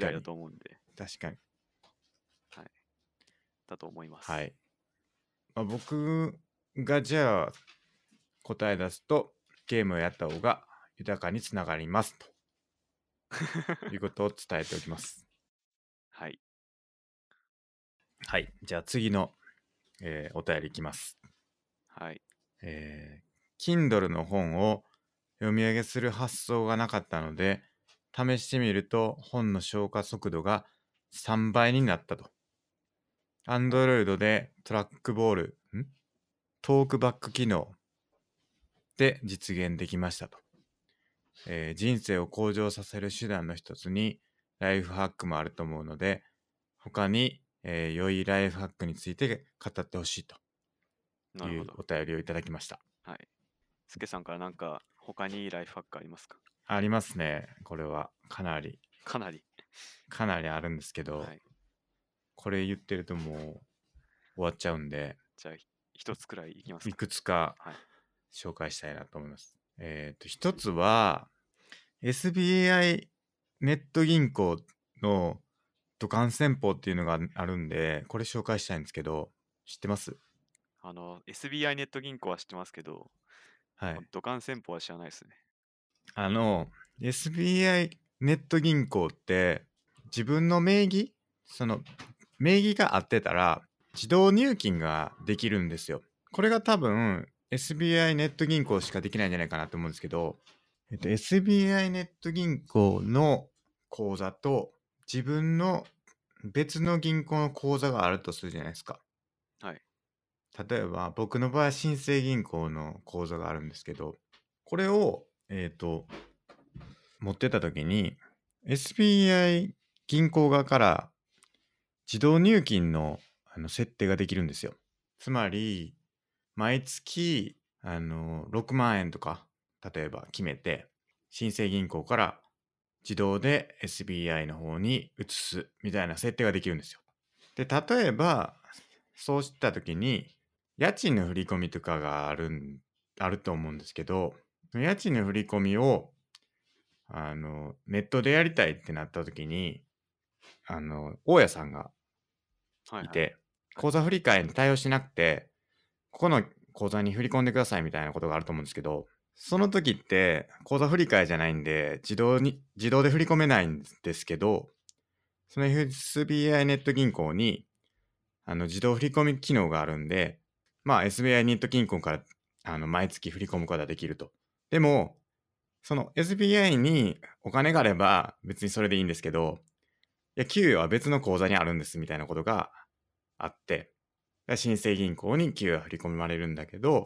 Speaker 1: 確か
Speaker 2: 第だ
Speaker 1: に。
Speaker 2: と思うんで、
Speaker 1: 確かに。
Speaker 2: だと思います。
Speaker 1: はい。まあ、僕がじゃあ答え出すとゲームをやった方が豊かにつながりますということを伝えておきます。
Speaker 2: はい。
Speaker 1: はい。じゃあ次の、えーお便りいきます。
Speaker 2: はい。
Speaker 1: えー Kindle の本を読み上げする発想がなかったので試してみると本の消化速度が3倍になったと。Android でトラックボール、んトークバック機能で実現できましたと、えー人生を向上させる手段の一つにライフハックもあると思うので、他に、えー良いライフハックについて語ってほしいと
Speaker 2: ないるほ
Speaker 1: うお
Speaker 2: ど。
Speaker 1: 便りをいただきました。
Speaker 2: はい。スケさんからなんか他にライフハックありますか
Speaker 1: ありますね、これは。かなり。
Speaker 2: かなり。
Speaker 1: かなりあるんですけど、
Speaker 2: はい、
Speaker 1: これ言ってるともう終わっちゃうんで、
Speaker 2: じゃあ、ひ一つくらいいきます
Speaker 1: い
Speaker 2: か。
Speaker 1: くつか
Speaker 2: はい
Speaker 1: 紹介したいなと思います。えっ、と、一つは、SBI ネット銀行の土管戦法っていうのがあるんで、これ紹介したいんですけど、知ってます
Speaker 2: あの、SBI ネット銀行は知ってますけど、
Speaker 1: はい。
Speaker 2: 土管戦法は知らないですね。
Speaker 1: あの、SBI ネット銀行って、自分の名義、その、名義が合ってたら、自動入金ができるんですよ。これが多分、SBI ネット銀行しかできないんじゃないかなと思うんですけど、えっと、SBI ネット銀行の口座と、自分の別の銀行の口座があるとするじゃないですか。
Speaker 2: はい。
Speaker 1: 例えば、僕の場合、新生銀行の口座があるんですけど、これを、えっ、と、持ってた時に SBI 銀行側から自動入金のあの設定ができるんですよ。つまり毎月あの6万円とか例えば決めて新生銀行から自動で SBI の方に移すみたいな設定ができるんですよ。で例えばそうした時に家賃の振り込みとかがあるんあると思うんですけど家賃の振り込みをあの、ネットでやりたいってなった時に、あの、大家さんがい
Speaker 2: はい、はい。
Speaker 1: て、口座振り替えに対応しなくて、ここの口座に振り込んでくださいみたいなことがあると思うんですけど、その時って、口座振り替えじゃないんで、自動に、自動で振り込めないんですけど、その SBI ネット銀行に、あの、自動振り込み機能があるんで、まあ、SBI ネット銀行から、あの、毎月振り込むことができると。でも、その SBI にお金があれば、別にそれでいいんですけど、いや、給与は別の口座にあるんですみたいなことがあって、で新生銀行に給与が振り込まれるんだけど、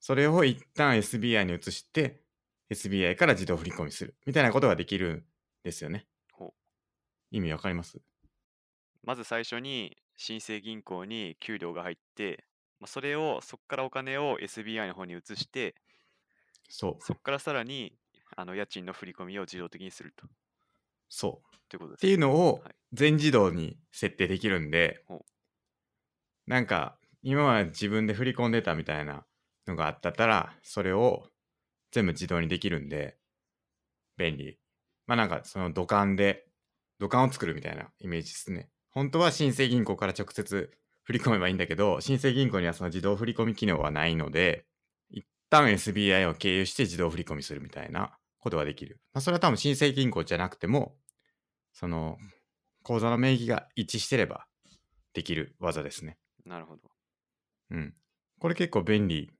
Speaker 1: それを一旦 SBI に移して、SBI から自動振り込みするみたいなことができるんですよね
Speaker 2: ほう。
Speaker 1: 意味わかります
Speaker 2: まず最初に、新生銀行に給料が入って、まあ、それを、そこからお金を SBI の方に移して、
Speaker 1: そう。
Speaker 2: そこからさらに、あの、家賃の振り込みを自動的にすると。
Speaker 1: そう。
Speaker 2: ということで
Speaker 1: っ
Speaker 2: す
Speaker 1: ていうのを
Speaker 2: はい
Speaker 1: 全自動に設定できるんで、
Speaker 2: ほう
Speaker 1: なんか今まで自分で振り込んでたみたいなのがあったらそれを全部自動にできるんで便利まあなんかその土管で土管を作るみたいなイメージですね本当は新生銀行から直接振り込めばいいんだけど新生銀行にはその自動振り込み機能はないので一旦 SBI を経由して自動振り込みするみたいなことができる、まあ、それは多分新生銀行じゃなくてもその口座の名義が一致してればできる技ですね。
Speaker 2: なるほど。
Speaker 1: うん。これ結構便利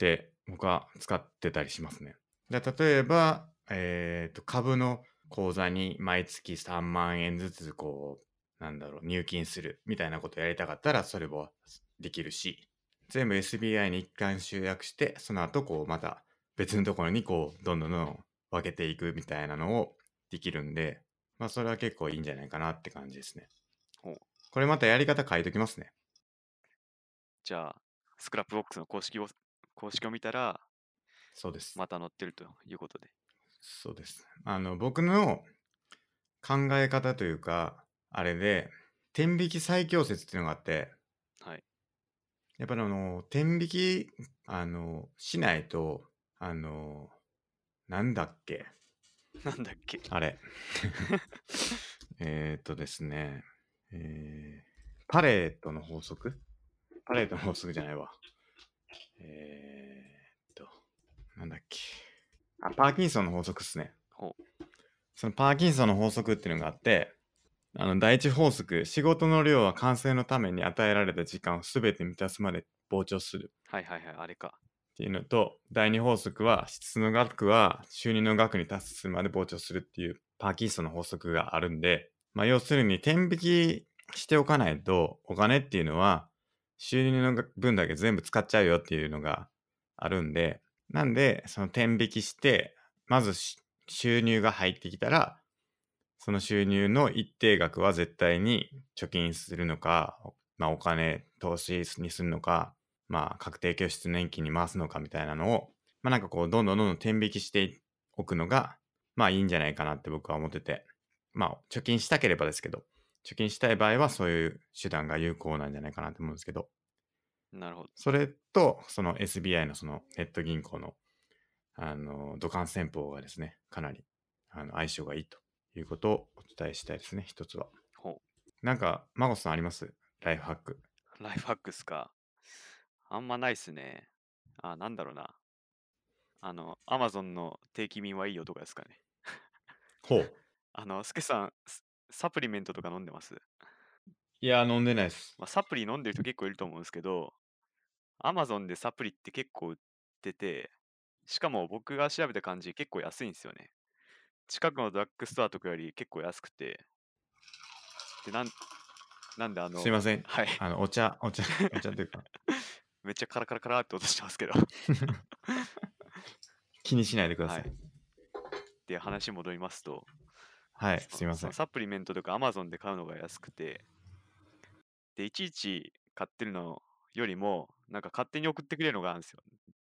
Speaker 1: で僕は使ってたりしますね。で例えば、えーと株の口座に毎月3万円ずつこうなんだろう入金するみたいなことやりたかったらそれもできるし全部 SBI に一貫集約してその後こうまた別のところにこうどんどんどんどん分けていくみたいなのをできるんでまあそれは結構いいんじゃないかなって感じですね
Speaker 2: ほう。
Speaker 1: これまたやり方変えときますね。
Speaker 2: じゃあ、スクラップボックスの公式を、公式を見たら、
Speaker 1: そうです。
Speaker 2: また載ってるということで。 [laughs]
Speaker 1: そうです。あの、僕の考え方というか、あれで、天引き最強説っていうのがあって、
Speaker 2: はい。
Speaker 1: やっぱりあの、天引き、あの、しないと、あの、なんだっけ、
Speaker 2: なんだっけ
Speaker 1: あ
Speaker 2: [laughs]
Speaker 1: れ。えーっとですね、えーパレートの法則パレートの法則じゃないわ。えーっと、なんだっけ。あ、パーキンソンの法則っすね。
Speaker 2: ほ
Speaker 1: そのパーキンソンの法則っていうのがあって、あの第一法則、仕事の量は完成のために与えられた時間を全て満たすまで膨張する
Speaker 2: はいはいはい、あれか。
Speaker 1: っていうのと、第二法則は質の額は収入の額に達するまで膨張するっていうパーキンソンの法則があるんで、まあ要するに天引きしておかないとお金っていうのは収入の分だけ全部使っちゃうよっていうのがあるんで、なんでその天引きして、まずし収入が入ってきたら、その収入の一定額は絶対に貯金するのか、まあお金投資にするのか、まあ、確定拠出年金に回すのかみたいなのを、まあなんかこう、どんどんどんどん天引きしておくのが、まあいいんじゃないかなって僕は思ってて、まあ、貯金したければですけど、貯金したい場合はそういう手段が有効なんじゃないかなと思うんですけど、
Speaker 2: なるほど。
Speaker 1: それと、その SBI のそのネット銀行の、あの、土管戦法がですね、かなり、あの、相性がいいということをお伝えしたいですね、一つは。
Speaker 2: ほ
Speaker 1: なんか、マゴさんありますライフハック。
Speaker 2: う。ライフハックスか。 [laughs] あんまないっすね。あ、なんだろうな。あの、アマゾンの定期便はいいよとかですかね。
Speaker 1: ほう。
Speaker 2: あの、スケさん、スサプリメントとか飲んでます
Speaker 1: いや、飲んでないです。
Speaker 2: まあ、サプリ飲んでる人結構いると思うんですけど、アマゾンでサプリって結構売ってて、しかも僕が調べた感じ結構安いんですよね。近くのドラッグストアとかより結構安くて、で、なん、なんであの、
Speaker 1: すいません。
Speaker 2: はい、 [laughs]
Speaker 1: あの、お茶、 [laughs] お茶、お茶というか、
Speaker 2: めっちゃカラカラカラって音してますけど、 [laughs]
Speaker 1: 気にしないでくださ
Speaker 2: はいい。。で、話戻りますと、
Speaker 1: はい、
Speaker 2: そ
Speaker 1: すいませ
Speaker 2: そ
Speaker 1: ん
Speaker 2: の。サプリメントとかアマゾンで買うのが安くて、で、いちいち買ってるのよりも、なんか勝手に送ってくれるのがあるんですよ。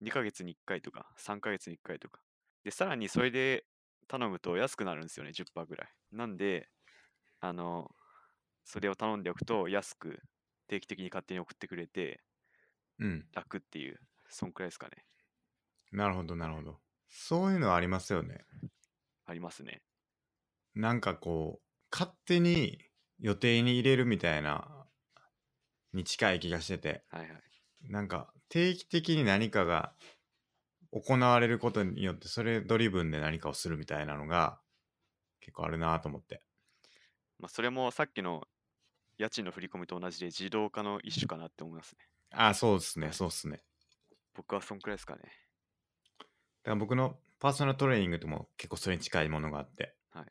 Speaker 2: 2ヶ月に1回とか、3ヶ月に1回とか。で、さらにそれで頼むと安くなるんですよね、10%ぐらい。なんで、あの、それを頼んでおくと安く定期的に勝手に送ってくれて
Speaker 1: うん。
Speaker 2: 楽っていう、そんくらいですかね。
Speaker 1: なるほど、なるほど。そういうのはありますよね。
Speaker 2: ありますね。
Speaker 1: なんかこう、勝手に予定に入れるみたいな、に近い気がしてて、
Speaker 2: はいはい。
Speaker 1: なんか定期的に何かが行われることによって、それドリブンで何かをするみたいなのが結構あるなと思って。
Speaker 2: まあ、それもさっきの家賃の振り込みと同じで自動化の一種かなって思いますね。
Speaker 1: あ、そうですね、そうですね。
Speaker 2: 僕はそんくらいですかね。
Speaker 1: だから僕のパーソナルトレーニングとも結構それに近いものがあって、
Speaker 2: はい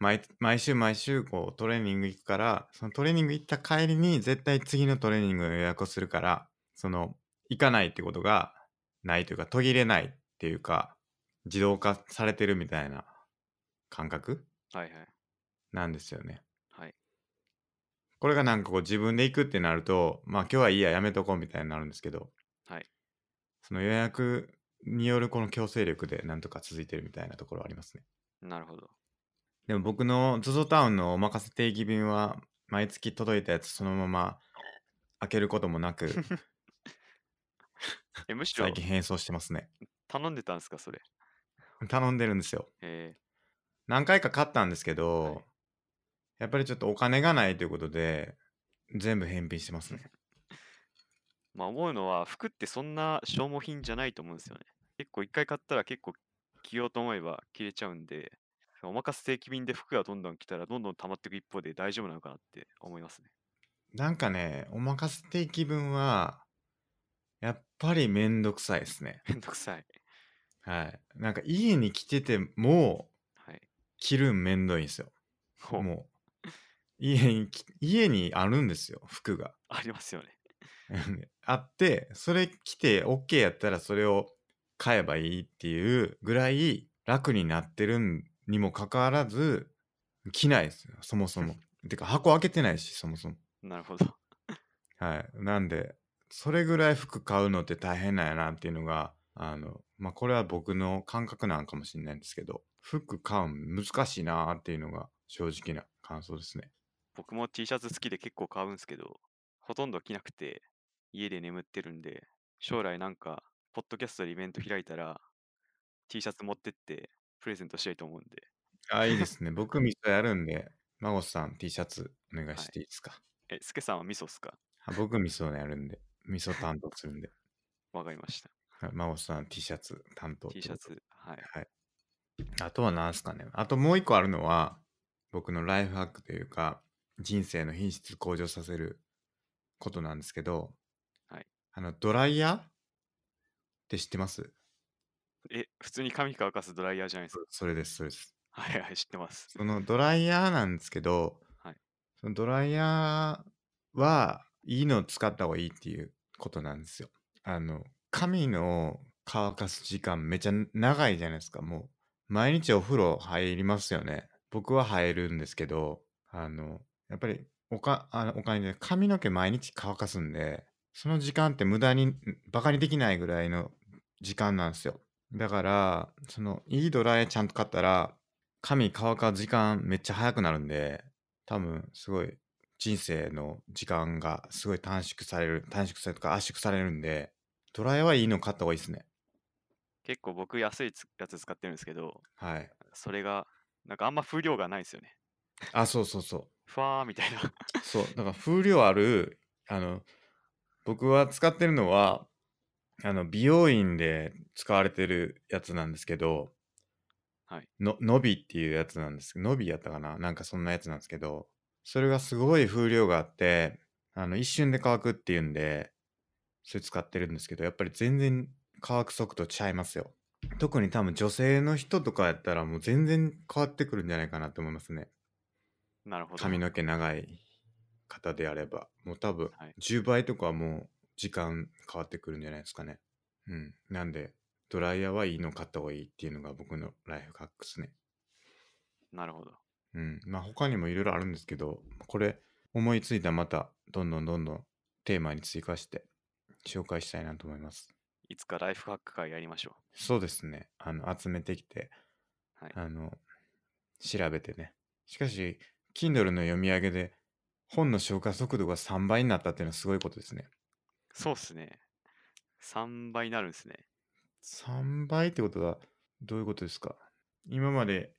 Speaker 1: 毎毎週毎週こうトレーニング行くからそのトレーニング行った帰りに絶対次のトレーニングの予約をするからその行かないってことがないというか途切れないっていうか自動化されてるみたいな感覚
Speaker 2: はいはい。
Speaker 1: なんですよね。
Speaker 2: はい。
Speaker 1: これがなんかこう自分で行くってなるとまあ今日はいいややめとこうみたいになるんですけど、
Speaker 2: はい
Speaker 1: その予約によるこの強制力でなんとか続いてるみたいなところはありますね。
Speaker 2: なるほど。
Speaker 1: でも僕の ZOZO タウンのお任せ定期便は毎月届いたやつそのまま開けることもな
Speaker 2: [laughs]
Speaker 1: く
Speaker 2: え、むしろ
Speaker 1: 最近変装してますね
Speaker 2: 頼んでたんですか、それ。
Speaker 1: 頼んでるんですよ
Speaker 2: え
Speaker 1: 何回か買ったんですけど、
Speaker 2: はい
Speaker 1: やっぱりちょっとお金がないということで全部返品してますね
Speaker 2: ー、まあ思うのは、服ってそんな消耗品じゃないと思うんですよね。結構一回買ったら結構着ようと思えば着れちゃうんで、お任せ定期便で服がどんどん着たらどんどん溜まっていく一方で大丈夫なのかなって思いますね。
Speaker 1: なんかねお任せ定期分はやっぱりめんどくさいですね
Speaker 2: めんどくさい。
Speaker 1: はいなんか家に来てても
Speaker 2: はい。
Speaker 1: 着るんめんどいんですよ
Speaker 2: ほう
Speaker 1: もう家にき家にあるんですよ服が [laughs]
Speaker 2: ありますよね。
Speaker 1: あってそれ来て OK やったらそれを買えばいいっていうぐらい楽になってるにもかかわらず着ないですよそもそもてか箱開けてないしそもそも
Speaker 2: なるほど。
Speaker 1: はいなんでそれぐらい服買うのって大変なんやなっていうのがあのまあこれは僕の感覚なんかもしれないんですけど服買うの難しいなーっていうのが正直な感想ですね
Speaker 2: 僕も T シャツ好きで結構買うんですけど、ほとんど着なくて、家で眠ってるんで、将来なんか、ポッドキャストでイベント開いたら、T シャツ持ってって、プレゼントしたいと思うんで、
Speaker 1: あいいです [laughs] ね僕ミソやるんで孫さん T シャツお願いしていいですか、
Speaker 2: え、スケさんはミソっすか
Speaker 1: あ僕味噌やるんで、味噌担当するんで。
Speaker 2: わかりました。
Speaker 1: はい真帆さん T シャツ担当。
Speaker 2: T シャ。ツ、はい。
Speaker 1: あとは何すかね。あともう一個あるのは、僕のライフハックというか、人生の品質向上させることなんですけど、
Speaker 2: はい
Speaker 1: あの、ドライヤーって知ってます
Speaker 2: え、普通に髪乾かすドライヤーじゃないですか。
Speaker 1: それです、それです。
Speaker 2: はいはい、知ってます。
Speaker 1: そのドライヤーなんですけど、
Speaker 2: はい
Speaker 1: そのドライヤーはいいのを使った方がいいっていうことなんですよ。あの髪の乾かす時間めちゃ長いじゃないですかもう毎日お風呂入りますよね。僕は入るんですけどあのやっぱりおかあのお金で髪の毛毎日乾かすんでその時間って無駄にバカにできないぐらいの時間なんですよ。だからそのいいドライヤーちゃんと買ったら髪乾か時間めっちゃ早くなるんで、多分すごい人生の時間がすごい短縮される、短縮されるとか圧縮されるんで、ドライはいいの買った方がいいですね。
Speaker 2: 結構僕安いつやつ使ってるんですけど、
Speaker 1: はい。
Speaker 2: それが、なんかあんま風量がないんですよね。
Speaker 1: あ、そうそうそ
Speaker 2: ふわーみたいな。 [laughs]
Speaker 1: う。そう、だから風量ある、あの、僕は使ってるのは、あの、美容院で使われてるやつなんですけど、
Speaker 2: はい
Speaker 1: の、のびっていうやつなんです。のびやったかななんかそんなやつなんですけど、それがすごい風量があって、あの、一瞬で乾くっていうんで、それ使ってるんですけど、やっぱり全然乾く速度ちゃいますよ。特に多分女性の人とかやったらもう全然変わってくるんじゃないかなと思いますね。
Speaker 2: なるほど。
Speaker 1: 髪の毛長い方であればもう多分
Speaker 2: はい
Speaker 1: 10倍とかはもう時間変わってくるんじゃないですかねうんなんでドライヤーはいいの買った方がいいっていうのが僕のライフハックスね
Speaker 2: なるほど。
Speaker 1: うんまあ他にもいろいろあるんですけどこれ思いついたらまたどんどんどんどんテーマに追加して紹介したいなと思います
Speaker 2: いつかライフハック会やりましょ
Speaker 1: そうですねあの集めてきて
Speaker 2: う。はい。
Speaker 1: あの、調べてね。しかし、Kindle の読み上げで、本の消化速度が3倍になったっていうのはすごいことですね。
Speaker 2: そうっすね。3倍になるんですね。
Speaker 1: 3倍ってことは、どういうことですか今まで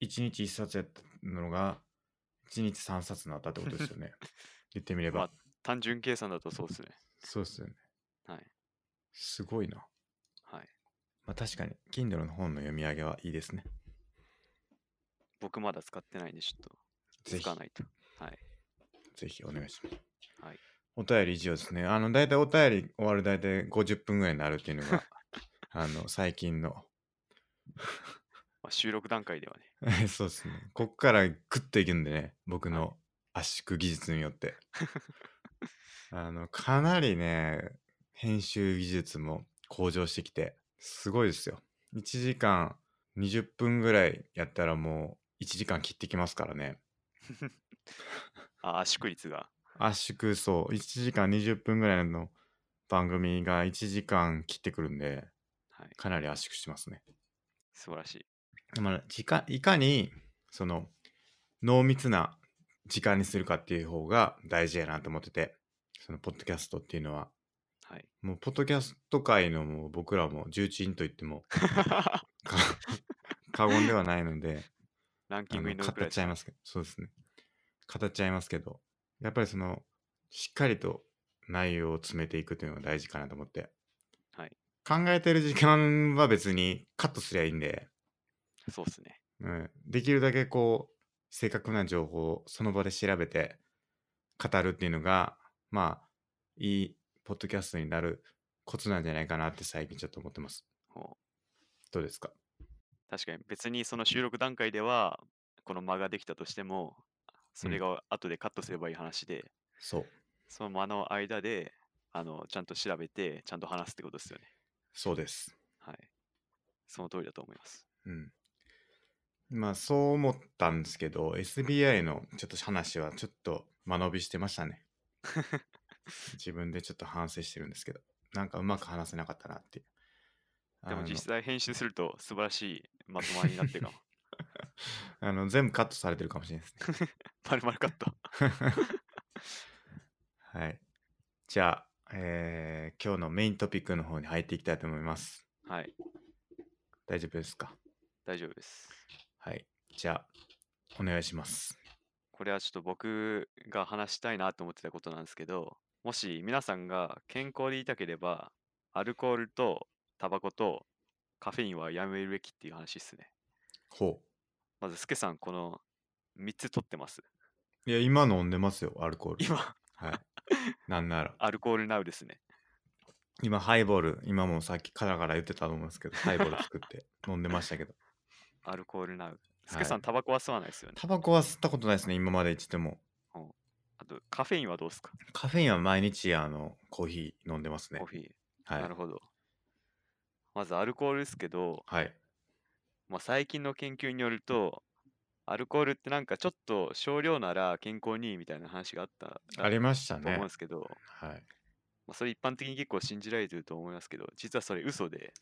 Speaker 1: 1日1冊やったのが、1日3冊になったってことです
Speaker 2: [laughs]
Speaker 1: よね。言ってみれば。
Speaker 2: まあ単純計算だとそうっすね。
Speaker 1: そうですよね。
Speaker 2: はい。
Speaker 1: すごいな。
Speaker 2: はい。
Speaker 1: まあ確かに、Kindle の本の読み上げはいいですね。
Speaker 2: 僕まだ使ってないんで、ちょっと
Speaker 1: ぜ
Speaker 2: 使
Speaker 1: ひ
Speaker 2: わないと。はい。
Speaker 1: ぜひお願いします。
Speaker 2: はい。
Speaker 1: お便り以上ですね。あの、大体お便り終わる大体50分ぐらいになるっていう
Speaker 2: [laughs]
Speaker 1: のが、あの、最近の。 [laughs]
Speaker 2: まあ、収録段階ではね。
Speaker 1: そうですね。こっからグッといくんでね、僕の圧縮技術によって。あの、かなりね、編集技術も向上してきて、すごいですよ。1時間20分ぐらいやったらもう1時間切ってきますからね。
Speaker 2: あ、圧縮率が。
Speaker 1: 圧縮そう1時間20分ぐらいの番組が1時間切ってくるんで
Speaker 2: はい。
Speaker 1: かなり圧縮しますね。
Speaker 2: 素晴らしい。
Speaker 1: まあ、時間いかにその濃密な時間にするかっていう方が大事やなと思っててそのポッドキャストっていうのは
Speaker 2: はい。 [laughs]
Speaker 1: もうポッドキャスト界のもう僕らも重鎮と言ってもか過言ではないので
Speaker 2: ラン
Speaker 1: あ
Speaker 2: キング
Speaker 1: の
Speaker 2: に乗るく
Speaker 1: 語っ
Speaker 2: らいで
Speaker 1: ち
Speaker 2: す
Speaker 1: ゃ
Speaker 2: か
Speaker 1: いますけどそうですね語っちゃいますけどやっぱりそのしっかりと内容を詰めていくというのが大事かなと思って、
Speaker 2: はい、
Speaker 1: 考えてる時間は別にカットすりゃいいんで、
Speaker 2: そうっすね。
Speaker 1: うん、できるだけこう正確な情報をその場で調べて語るっていうのがまあいいポッドキャストになるコツなんじゃないかなって最近ちょっと思ってます
Speaker 2: ほ
Speaker 1: どうですか
Speaker 2: う確かに別にその収録段階では、この間ができたとしても、そ
Speaker 1: う
Speaker 2: れ
Speaker 1: ん
Speaker 2: が後でカットすればいい話で、
Speaker 1: そう
Speaker 2: その間の間で、あの、ちゃんと調べて、ちゃんと話すってことですよね。
Speaker 1: そうです
Speaker 2: はい。その通りだと思います。
Speaker 1: うん。まあそう思ったんですけど、SBI のちょっと話はちょっと間延びしてましたね。
Speaker 2: [laughs]
Speaker 1: 自分でちょっと反省してるんですけど、なんかうまく話せなかったなっていう。
Speaker 2: でも
Speaker 1: あの
Speaker 2: 実際編集すると素晴らしいまとまりになってるかも。
Speaker 1: あの全部カットされてるかもしれないですね。
Speaker 2: [laughs] まるまるカット。
Speaker 1: はい。じゃあ、えー今日のメイントピックの方に入っていきたいと思います。
Speaker 2: はい。
Speaker 1: 大丈夫ですか
Speaker 2: 大丈夫です。
Speaker 1: はい。じゃあ、お願いします。
Speaker 2: これはちょっと僕が話したいなと思ってたことなんですけど、もし皆さんが健康でいたければ、アルコールとタバコとカフェインはやめるべきっていう話ですね。
Speaker 1: ほ
Speaker 2: まず、スケさん、この3つ取ってます。
Speaker 1: う。いや、今飲んでますよ、アルコール。
Speaker 2: 今、
Speaker 1: はい。なんなら。
Speaker 2: アルコールナウですね。
Speaker 1: 今ハイボール今もさっきカラカラ言ってたと思うんですけどハイボール
Speaker 2: [laughs]
Speaker 1: 作って飲んでましたけど
Speaker 2: アルコールナウ。ス
Speaker 1: は
Speaker 2: ケ
Speaker 1: い
Speaker 2: さん、タバコは吸わないですよね。
Speaker 1: タバコは吸ったことないですね今まで一度も
Speaker 2: あと、カフェインはどうですか、
Speaker 1: カフェインは毎日あのコーヒー飲んでますね
Speaker 2: コーヒー。
Speaker 1: はい
Speaker 2: なるほど。まず、アルコールですけど、
Speaker 1: はい
Speaker 2: まあ、最近の研究によるとアルコールってなんかちょっと少量なら健康にいいみたいな話があった
Speaker 1: ありました
Speaker 2: と思
Speaker 1: ね
Speaker 2: うんですけど、
Speaker 1: はい [laughs]
Speaker 2: まあ、それ一般的に結構信じられてると思いますけど実はそれ嘘で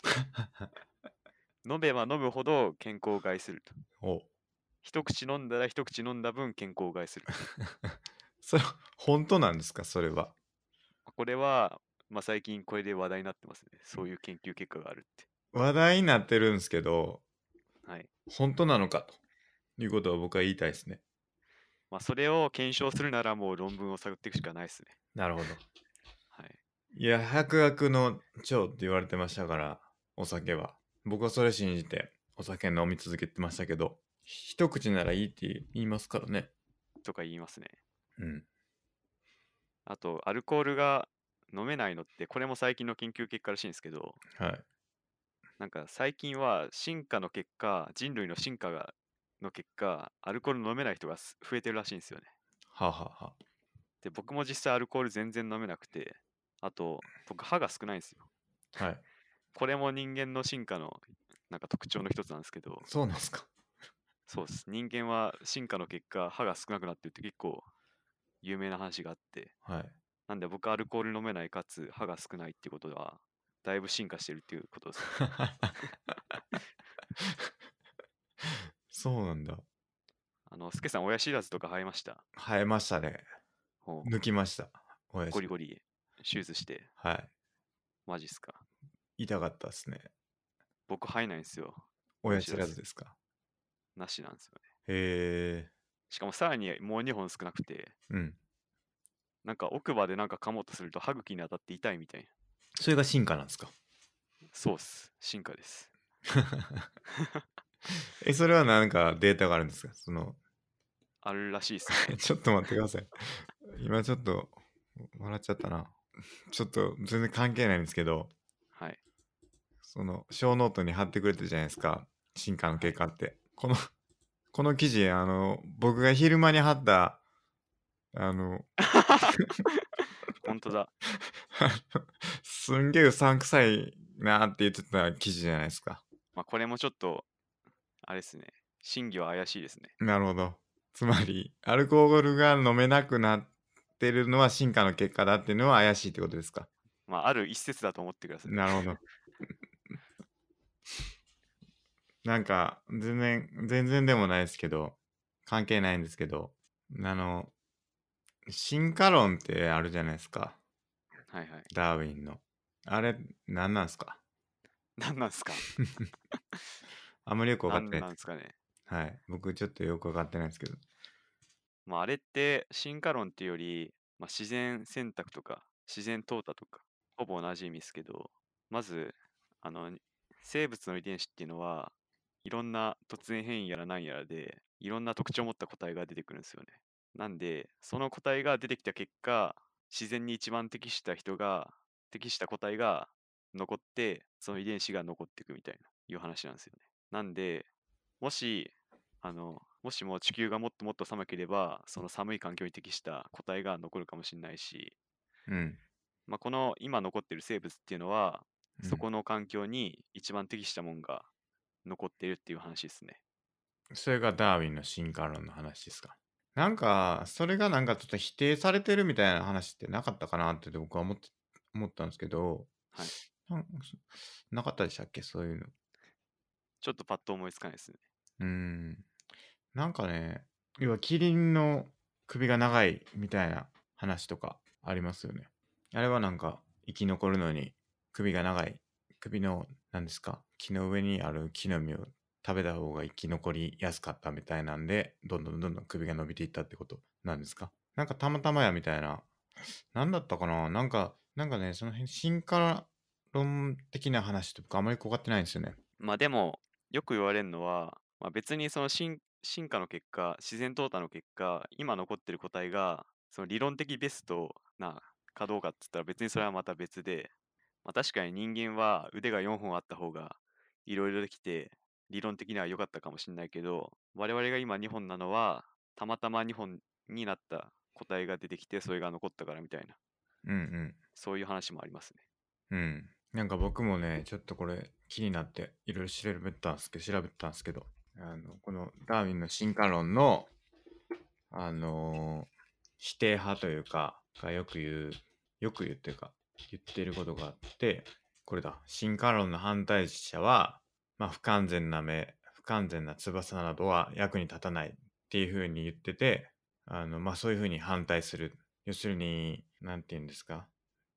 Speaker 2: 飲めば飲むほど健康を害すると。
Speaker 1: お [laughs]
Speaker 2: 一口飲んだら一口飲んだ分健康を害する。
Speaker 1: それ本当なんですかそれは
Speaker 2: これは、まあ、最近これで話題になってますね。そういう研究結果があるって。
Speaker 1: 話題になってるんですけど
Speaker 2: はい。
Speaker 1: 本当なのかということを僕は言いたいですね
Speaker 2: まあ、それを検証するならもう論文を探っていくしかないですね。
Speaker 1: なるほど
Speaker 2: はい。
Speaker 1: いや白悪の長って言われてましたからお酒は僕はそれ信じてお酒飲み続けてましたけど一口ならいいって言いますからね
Speaker 2: とか言いますね。
Speaker 1: うん
Speaker 2: あと、アルコールが飲めないのって、これも最近の研究結果らしいんですけど、
Speaker 1: はい
Speaker 2: なんか最近は進化の結果、人類の進化がの結果、アルコール飲めない人がす増えてるらしいんですよね。
Speaker 1: はあ、はあはあ、
Speaker 2: で、僕も実際アルコール全然飲めなくて、あと、僕歯が少ないんですよ。
Speaker 1: はい。
Speaker 2: これも人間の進化のなんか特徴の一つなんですけど、
Speaker 1: そうなんですか。
Speaker 2: そうです。人間は進化の結果、歯が少なくなってるって結構有名な話があって、
Speaker 1: はい。 [laughs]
Speaker 2: なんで僕アルコール飲めないかつ歯が少ないってことは、だいぶ進化してるっていうことですね。
Speaker 1: そうなんだ。
Speaker 2: あの、スケさん、親知らずとか生えました。
Speaker 1: 生えましたね。
Speaker 2: ほう
Speaker 1: 抜きました。親
Speaker 2: ゴリ
Speaker 1: 父。
Speaker 2: ゴリ手術して、
Speaker 1: は
Speaker 2: マジっすか。
Speaker 1: い。痛かったですね。
Speaker 2: 僕生えないんですよ。
Speaker 1: 親知らずですか。
Speaker 2: なしなんですよね。
Speaker 1: へえ。
Speaker 2: しかもさらにもう2本少なくて、
Speaker 1: うん。
Speaker 2: なんか奥歯でなんか噛もうとすると歯茎に当たって痛いみたい
Speaker 1: それが進化なんですか。
Speaker 2: な。そうっす。進化です。
Speaker 1: [laughs] え、それはなんかデータがあるんですかその、 [laughs]
Speaker 2: あるらしいっすね。
Speaker 1: ちょっと待ってください。今ちょっと、笑っちゃったな。 [laughs] ちょっと全然関係ないんですけど、
Speaker 2: はい。
Speaker 1: その小ノートに貼ってくれたじゃないですか進化の結果って、このこの記事あの僕が昼間に貼ったあの [laughs]
Speaker 2: 本当だ。
Speaker 1: すんげえうさんくさいなーって言ってた記事じゃないですか
Speaker 2: まあ、これもちょっと、あれっすね。真偽は怪しいですね。
Speaker 1: なるほどつまり [laughs] アルコールが飲めなくなってるのは進化の結果だっていうのは怪しいってことです
Speaker 2: [laughs]
Speaker 1: か
Speaker 2: まあ、ある一説だと思ってください。
Speaker 1: なるほど [laughs] なんか全然全然でもないですけど関係ないんですけどあの進化論ってあるじゃないですか
Speaker 2: はいはい。
Speaker 1: ダーウィンのあれ何なんすか
Speaker 2: 何なんすか
Speaker 1: あんまりよく分かっ
Speaker 2: 何
Speaker 1: て
Speaker 2: な
Speaker 1: ない
Speaker 2: ん
Speaker 1: です
Speaker 2: すかね。
Speaker 1: はい僕ちょっとよく分かってないですけど
Speaker 2: まあ、あれって進化論っていうより、まあ、自然選択とか自然淘汰とかほぼ同じ意味ですけどまずあのに生物の遺伝子っていうのはいろんな突然変異やらなんやらでいろんな特徴を持った個体が出てくるんですよね。なんでその個体が出てきた結果自然に一番適した人が適した個体が残ってその遺伝子が残っていくみたいないう話なんですよね。なんでもしあの、もしも地球がもっともっと寒ければ、その寒い環境に適した個体が残るかもしれないし、
Speaker 1: うん
Speaker 2: まあ、この今残ってる生物っていうのは、
Speaker 1: うん
Speaker 2: そこの環境に一番適したもんが残ってるっていう話ですね。
Speaker 1: それがダーウィンの進化論の話ですかなんかそれがなんかちょっと否定されてるみたいな話ってなかったかなって僕は思って思ったんですけど、
Speaker 2: はい
Speaker 1: なんなかったでしたっけそういうの
Speaker 2: ちょっとパッと思いつかないですね。
Speaker 1: うーんなんかね要はキリンの首が長いみたいな話とかありますよねあれはなんか生き残るのに首が長い首の何ですか木の上にある木の実を食べた方が生き残りやすかったみたいなんでどんどんどんどん首が伸びていったってことなんですかなんかたまたまやみたいな何だったかななんかなんかねその辺進化論的な話って僕あまりこかってないんですよね
Speaker 2: まあでも、よく言われるのは、まあ、別にその進進化の結果、自然淘汰の結果、今残ってる個体が、その理論的ベストなかどうかって言ったら別にそれはまた別で、まあ、確かに人間は腕が4本あった方がいろいろできて、理論的には良かったかもしれないけど、我々が今2本なのは、たまたま2本になった個体が出てきて、それが残ったからみたいな、
Speaker 1: うんうん
Speaker 2: そういう話もありますね。
Speaker 1: うん。なんか僕もね、ちょっとこれ気になっていろいろ調べたんですけど、調べたんですけど、あの、このダーウィンの進化論の、あのー否定派というか、がよく言う、よく言うっていうか、言ってることがあって、これだ、進化論の反対者は、まあ、不完全な目、不完全な翼などは役に立たないっていうふうに言ってて、あの、まあ、そういうふうに反対する。要するに、なんて言うんですか。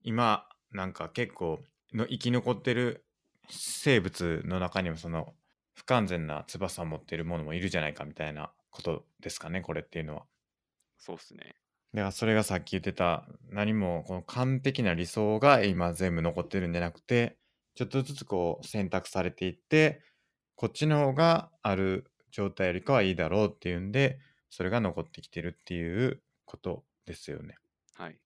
Speaker 1: 今、なんか結構の生き残ってる生物の中にもその不完全な翼を持ってるものもいるじゃないかみたいなことですかね、これっていうのは。
Speaker 2: そうっすね。
Speaker 1: だからそれがさっき言ってた何もこの完璧な理想が今全部残ってるんじゃなくてちょっとずつこう選択されていってこっちの方がある状態よりかはいいだろうっていうんでそれが残ってきてるっていうことですよね。
Speaker 2: はい。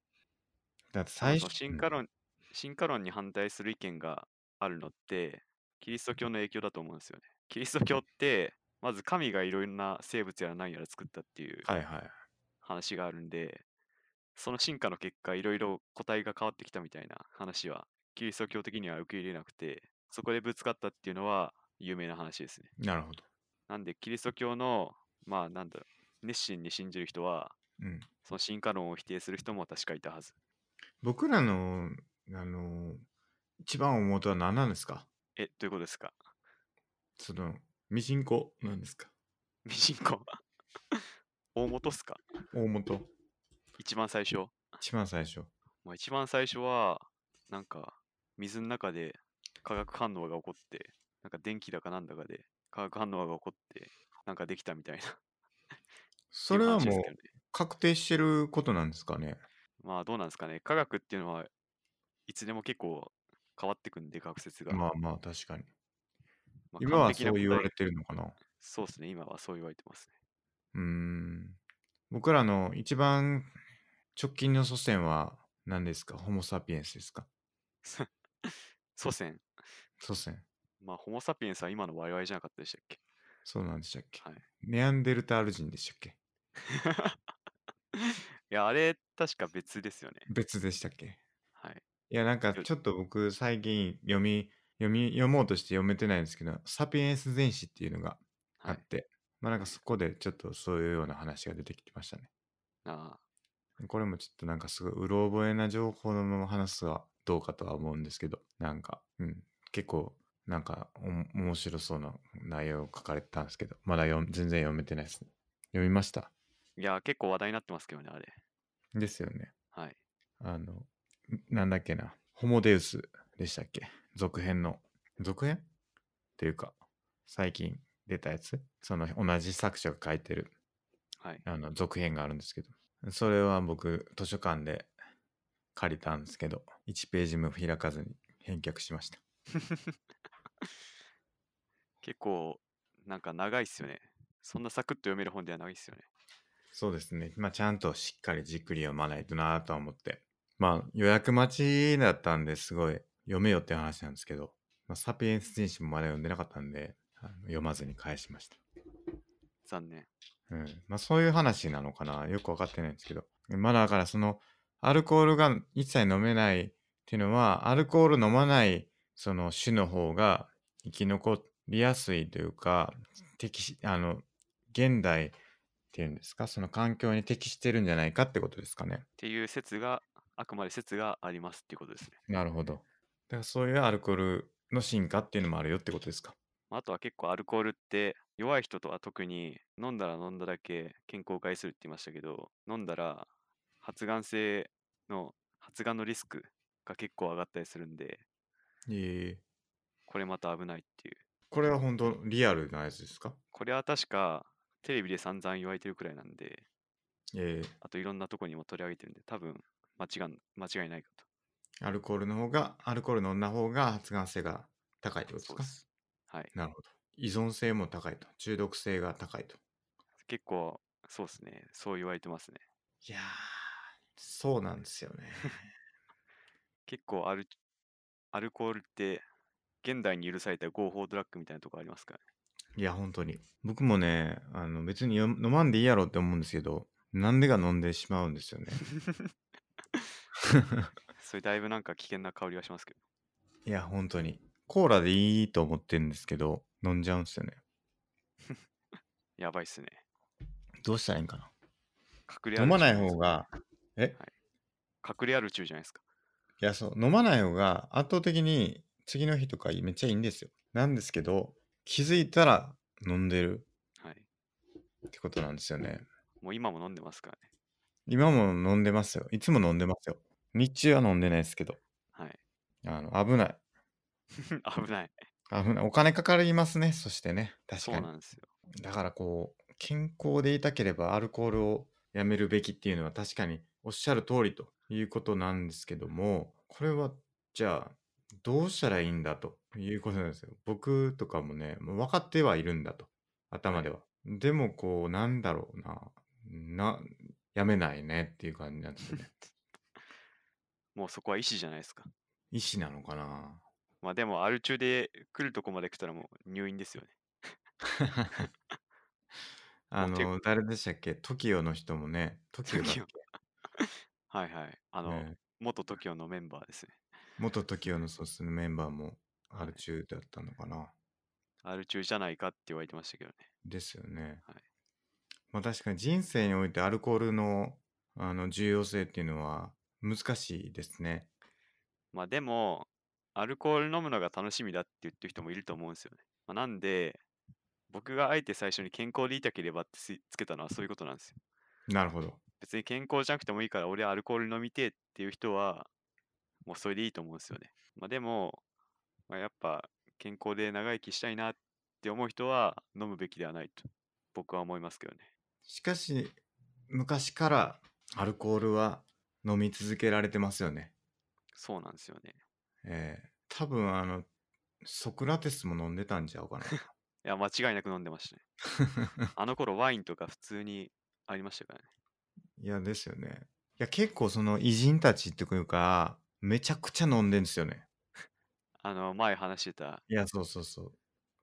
Speaker 1: だって
Speaker 2: あ
Speaker 1: 最
Speaker 2: の
Speaker 1: 初
Speaker 2: 進化論、進化論に反対する意見があるのって、キリスト教の影響だと思うんですよね。キリスト教って、まず神がいろいろな生物やら何やら作ったっていう
Speaker 1: はいはい。
Speaker 2: 話があるんで、その進化の結果、いろいろ個体が変わってきたみたいな話は、キリスト教的には受け入れなくて、そこでぶつかったっていうのは有名な話ですね。
Speaker 1: なるほど。
Speaker 2: なんで、キリスト教の、まあ、なんだろう、熱心に信じる人は、
Speaker 1: うん。
Speaker 2: その進化論を否定する人も確かいたはず。
Speaker 1: 僕らのあの一番思うとは何なんですか
Speaker 2: え、どういうことですか
Speaker 1: そのミジンコなんですか
Speaker 2: [laughs] ミジンコ大元っすか
Speaker 1: 大元
Speaker 2: 一番最初。
Speaker 1: 一番最初。
Speaker 2: まあ、一番最初は、なんか、水の中で化学反応が起こって、なんか電気だかなんだかで化学反応が起こって、なんかできたみたいな。
Speaker 1: それは
Speaker 2: ってい
Speaker 1: も
Speaker 2: 話
Speaker 1: う
Speaker 2: ですけどね
Speaker 1: 確定してることなんですかね
Speaker 2: まあ、どうなんですかね。科学っていうのは、いつでも結構変わってくんで、学説が。
Speaker 1: まあまあ確かに。
Speaker 2: まあ
Speaker 1: 今は
Speaker 2: 完璧な
Speaker 1: そう言わ
Speaker 2: 答え
Speaker 1: れてるのかな
Speaker 2: そうですね、今はそう言われてますね。
Speaker 1: うーん。僕らの一番直近の祖先は何ですかホモ・サピエンスですか
Speaker 2: 祖先。
Speaker 1: 祖先。
Speaker 2: まあ、ホモ・サピエンスは今の我々じゃなかったでしたっけ [laughs]
Speaker 1: そうなんでしたっけ、
Speaker 2: はい
Speaker 1: ネアンデルタール人でしたっけ
Speaker 2: いや、あれ、確か別ですよね。
Speaker 1: 別でしたっけ
Speaker 2: はい。
Speaker 1: いやなんか
Speaker 2: よ
Speaker 1: ちょっと僕最近読み読み読もうとして読めてないんですけどサピエンス全史っていうのがあ
Speaker 2: は
Speaker 1: っ
Speaker 2: い。
Speaker 1: て、まあなんかそこでちょっとそういうような話が出てきてましたね。
Speaker 2: ああ
Speaker 1: これもちょっとなんかすごいうろ覚えな情報のまま話すはどうかとは思うんですけど、なんか、うん、結構、なんかおも面白そうな内容を書かれてたんですけど、まだ読ん全然読めてないですね。読みました。
Speaker 2: いや、結構話題になってますけどね、あれ。
Speaker 1: ですよね。
Speaker 2: はい。
Speaker 1: あの、んなんだっけな、ホモデウスでしたっけ続編の。続編っていうか、最近出たやつその同じ作者が書いてる
Speaker 2: はい。
Speaker 1: あの続編があるんですけどそれは僕図書館で借りたんですけど1ページも開かずに返却しました
Speaker 2: 結構、なんか長いっすよね。そんなサクッと読める本ではないっすよね。
Speaker 1: そうですねまあちゃんとしっかりじっくり読まないとなとは思ってまあ予約待ちだったんですごい読めよって話なんですけど、まあ、サピエンス人種もまだ読んでなかったんであの読まずに返しました
Speaker 2: 残念。
Speaker 1: うん、まあそういう話なのかなよく分かってないんですけど。まあだからそのアルコールが一切飲めないっていうのはアルコール飲まないその種の方が生き残りやすいというか適しあの現代っていうんですかその環境に適してるんじゃないかってことですかね。
Speaker 2: っていう説が、あくまで説がありますっていうことですね。
Speaker 1: なるほど。だからそういうアルコールの進化っていうのもあるよってことですか。
Speaker 2: まああとは結構アルコールって弱い人とは特に飲んだら飲んだだけ健康を害するって言いましたけど飲んだら発がん性の発がんのリスクが結構上がったりするんで
Speaker 1: ええ
Speaker 2: これまた危ないっていう
Speaker 1: これは本当リアルなやつですか
Speaker 2: これは確かテレビで散々言われてるくらいなんで
Speaker 1: ええ
Speaker 2: あといろんなとこにも取り上げてるんで多分間違ん間違いないかと
Speaker 1: アルコールの方が、アルコール飲んだ方が発がん性が高いってことです
Speaker 2: そう
Speaker 1: か
Speaker 2: ですはい
Speaker 1: なるほど。依存性も高いと。中毒性が高いと。
Speaker 2: 結構そうですねそう言われてますね
Speaker 1: いやー、そうなんですよね。
Speaker 2: 結構アルアルコールって現代に許された合法ドラッグみたいなとこありますからね
Speaker 1: いや、本当に。僕もね、あの別によ飲まんでいいやろって思うんですけど、なんでが飲んでしまうんですよね。
Speaker 2: それだいぶなんか危険な香りがしますけど。
Speaker 1: いや、本当に。コーラでいいと思ってるんですけど、飲んじゃうんですよね。
Speaker 2: やばいっすね。
Speaker 1: どうしたらいいんかな。
Speaker 2: 隠れ
Speaker 1: 飲まない
Speaker 2: 中じゃ
Speaker 1: 方
Speaker 2: で
Speaker 1: が、
Speaker 2: すか。隠れある中じゃないですか。
Speaker 1: いや、そう、飲まない方が圧倒的に次の日とかめっちゃいいんですよ。なんですけど、気づいたら飲んでる
Speaker 2: はい。
Speaker 1: ってことなんですよね。
Speaker 2: もう今も飲んでますからね。
Speaker 1: 今も飲んでますよ。いつも飲んでますよ。日中は飲んでないですけど。
Speaker 2: はい。
Speaker 1: あの危ない。 [laughs]
Speaker 2: 危ない。
Speaker 1: 危ない。お金かかりますね。そしてね。確
Speaker 2: そ
Speaker 1: か
Speaker 2: う
Speaker 1: に
Speaker 2: な。んですよ。
Speaker 1: だからこう、健康でいたければアルコールをやめるべきっていうのは確かにおっしゃる通りということなんですけども、これはじゃあどうしたらいいんだということなんですよ。僕とかもね、もう分かってはいるんだと。頭では。でもこう、なんだろうな。な、やめないねっていう感じなんですよね。
Speaker 2: もうそこは意思じゃないですか。
Speaker 1: 意思なのかな
Speaker 2: まあでも、アル中で来るとこまで来たらもう入院ですよね。
Speaker 1: あ
Speaker 2: もうて
Speaker 1: の、誰でしたっけ ?TOKIO の人もね、TOKIO だっ
Speaker 2: TOKIO [laughs] はいはい。あ
Speaker 1: け
Speaker 2: の、
Speaker 1: ね。
Speaker 2: 元 TOKIO のメンバーですね。
Speaker 1: 元 TOKIO のそうですねメンバーも
Speaker 2: はい
Speaker 1: R 中だったのかな。
Speaker 2: アル中じゃないかって言われてましたけどね。
Speaker 1: ですよね。
Speaker 2: はい
Speaker 1: まあ確かに人生においてアルコールのあの重要性っていうのは難しいですね。
Speaker 2: まあでも、アルコール飲むのが楽しみだって言ってる人もいると思うんですよね。まあ、なんで、僕があえて最初に健康でいたければってついつけたのはそういうことなんですよ。
Speaker 1: なるほど。
Speaker 2: 別に健康じゃなくてもいいから俺はアルコール飲みてえっていう人は、もうそれでいいと思うんですよね。まあでも、まあ、やっぱ健康で長生きしたいなって思う人は飲むべきではないと僕は思いますけどね。
Speaker 1: しかし昔からアルコールは飲み続けられてますよね。
Speaker 2: そうなんですよね。
Speaker 1: えー、多分あのソクラテスも飲んでたんちゃうかな。
Speaker 2: いや、間違いなく飲んでました
Speaker 1: [laughs]
Speaker 2: ね。あの頃ワインとか普通にありましたからね。
Speaker 1: いやですよね。いや結構その偉人たちっていうかめちゃくちゃ飲んでんですよね。
Speaker 2: あの、前話してた
Speaker 1: いや、そうそうそう。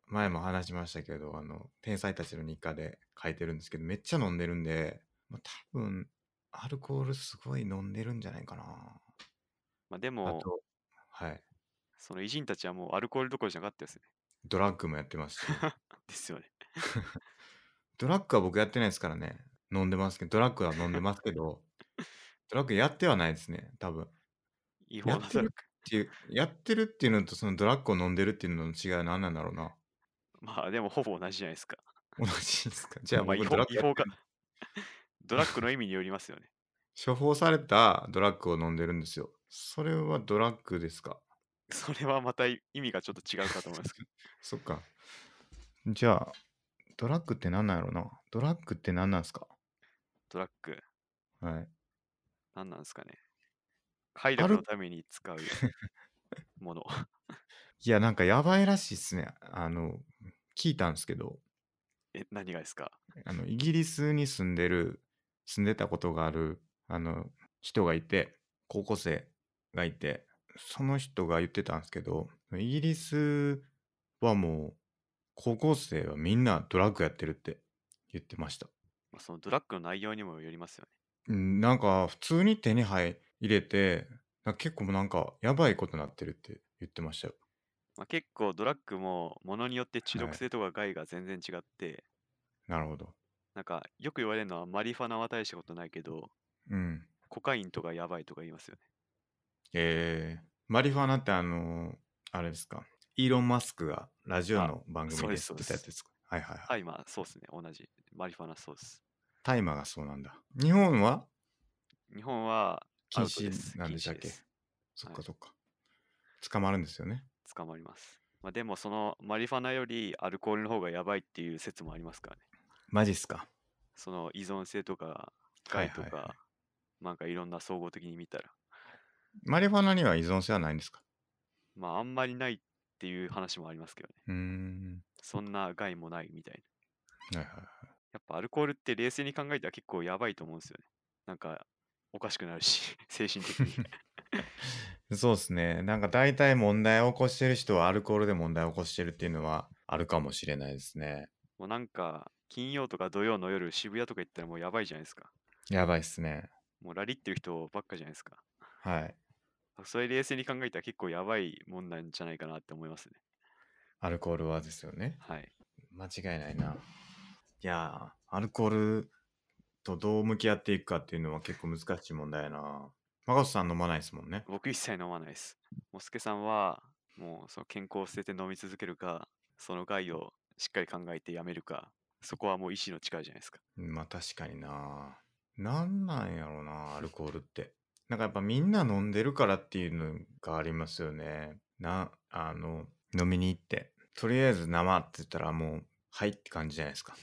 Speaker 1: 前も話しましたけど、あの、天才たちの日課で書いてるんですけど、めっちゃ飲んでるんで、まあ、多分、アルコールすごい飲んでるんじゃないかな。
Speaker 2: まあで
Speaker 1: あ
Speaker 2: も、
Speaker 1: と、はい。
Speaker 2: その偉人たちはもうアルコールどころじゃなかったですね。 [laughs]
Speaker 1: ドラッグもやってます [laughs] し、
Speaker 2: ですよね。
Speaker 1: ドラッグは僕やってないですからね。飲んでますけど、ドラッグは飲んでますけど、ドラッグやってはないですね、多分。っ
Speaker 2: 違法
Speaker 1: や
Speaker 2: な
Speaker 1: っ
Speaker 2: ド
Speaker 1: て
Speaker 2: ラ
Speaker 1: る
Speaker 2: ッグ。
Speaker 1: ていう、やってるっていうのと、そのドラッグを飲んでるっていうのの違いは何なんだろうな。[laughs]
Speaker 2: [laughs] まあでもほぼ同じじゃないですか。
Speaker 1: 同じですか。 [laughs] じゃあ
Speaker 2: まあ違
Speaker 1: 僕、
Speaker 2: 法
Speaker 1: ドラッグ
Speaker 2: 違
Speaker 1: やっ
Speaker 2: 法か。 [laughs] ドラッグの意味によりますよね。 [laughs]
Speaker 1: 処方されたドラッグを飲んでるんですよ。それはドラッグですか
Speaker 2: それはまた意味がちょっと違うかと思いますけど。
Speaker 1: そっか。じゃあ、ドラッグって何なんやろなドラッグって何なんすか
Speaker 2: ドラッグ、
Speaker 1: はい。
Speaker 2: 何なんですかね。快
Speaker 1: ル
Speaker 2: 楽のために
Speaker 1: [laughs]
Speaker 2: 使うもの。 [laughs]
Speaker 1: いや、なんかやばいらしいっすね。あの、聞いたんですけど、
Speaker 2: え、何がですか
Speaker 1: あの、イギリスに住んでる、住んでたことがある、あの、人がいて、高校生がいて、その人が言ってたんですけど、イギリスはもう、高校生はみんなドラッグやってるって言ってました。
Speaker 2: まあ、そのドラッグの内容にもよりますよね。
Speaker 1: うんなんか普通に手に入れてなんか結構もうなんかやばいことになってるって言ってましたよ。
Speaker 2: まあ、結構ドラッグもものによって中
Speaker 1: は
Speaker 2: 毒
Speaker 1: い
Speaker 2: 性とか害が全然違って、
Speaker 1: なるほど。
Speaker 2: なんかよく言われるのはマリファナは大したことないけど、
Speaker 1: うん。
Speaker 2: コカインとかやばいとか言いますよね。
Speaker 1: えー、マリファナってあのーあれですかイーロン・マスクがラジオの番
Speaker 2: そ
Speaker 1: 組
Speaker 2: うで
Speaker 1: です知
Speaker 2: そう
Speaker 1: って
Speaker 2: です
Speaker 1: たやつですかはいはいはい。
Speaker 2: はい、まあそうですね、同じ。マリファナそうです。
Speaker 1: 大麻がそうなんだ。日本は
Speaker 2: 日本はア
Speaker 1: 禁
Speaker 2: ウトです。
Speaker 1: 止なんでしたっ
Speaker 2: 禁止
Speaker 1: け
Speaker 2: す
Speaker 1: そっ
Speaker 2: は
Speaker 1: か
Speaker 2: い
Speaker 1: そっか、捕まるんですよね。
Speaker 2: 捕まります。まあ、でもそのマリファナよりアルコールの方がやばいっていう説もありますからね。
Speaker 1: マジっすか
Speaker 2: その依存性とか
Speaker 1: はい
Speaker 2: 害
Speaker 1: はい
Speaker 2: と
Speaker 1: はい
Speaker 2: か、なんかいろんな総合的に見たら、
Speaker 1: マリファナには依存性はないんですか
Speaker 2: まああんまりないっていう話もありますけどね。
Speaker 1: うーん。
Speaker 2: そんな害もないみたいな。
Speaker 1: はいはいはい。
Speaker 2: やっぱアルコールって冷静に考えたら結構やばいと思うんですよね。なんかおかしくなるし、 [laughs] 精神的に。
Speaker 1: [laughs] そうですね。なんか大体問題を起こしてる人はアルコールで問題を起こしてるっていうのはあるかもしれないですね。
Speaker 2: もうなんか金曜とか土曜の夜渋谷とか行ったらもうやばいじゃないですか。
Speaker 1: やばいっすね。
Speaker 2: もうラリってる人ばっかじゃないですか。
Speaker 1: はい。
Speaker 2: それ冷静に考えたら結構やばいもんなんじゃないかなって思いますね。
Speaker 1: アルコールはですよね。
Speaker 2: はい。
Speaker 1: 間違いないな。いやー、アルコールとどう向き合っていくかっていうのは結構難しい問題やな。マガトさん飲まないですもんね。
Speaker 2: 僕一切飲まないです。もうすけさんは、もうその健康を捨てて飲み続けるか、その害をしっかり考えてやめるか、そこはもう意志の力じゃないですか。
Speaker 1: まあ確かにな。なんなんやろな、アルコールって。なんかやっぱみんな飲んでるからっていうのがありますよね。な、あの、飲みに行って、とりあえず生って言ったらもう、はいって感じじゃないですか。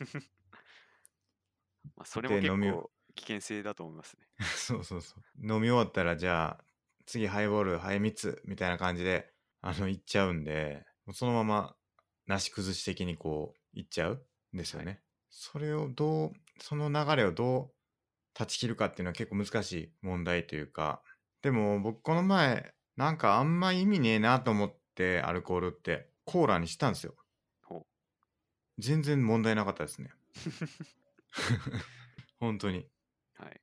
Speaker 2: まあ、それも
Speaker 1: で
Speaker 2: 結
Speaker 1: 飲み
Speaker 2: 構危険性だと思いますね。
Speaker 1: [laughs] そうそうそう。飲み終わったらじゃあ、次ハイボール、ハイミツみたいな感じで、あの、行っちゃうんで、もうそのまま、なし崩し的にこう、行っちゃうんですよね。それをどう、その流れをどう断ち切るかっていうのは結構難しい問題というか、でも僕この前、なんかあんま意味ねえなと思って、アルコールって、コーラにしたんですよ
Speaker 2: ほう。
Speaker 1: 全然問題なかった
Speaker 2: [laughs]
Speaker 1: ですね。本当に。
Speaker 2: はい。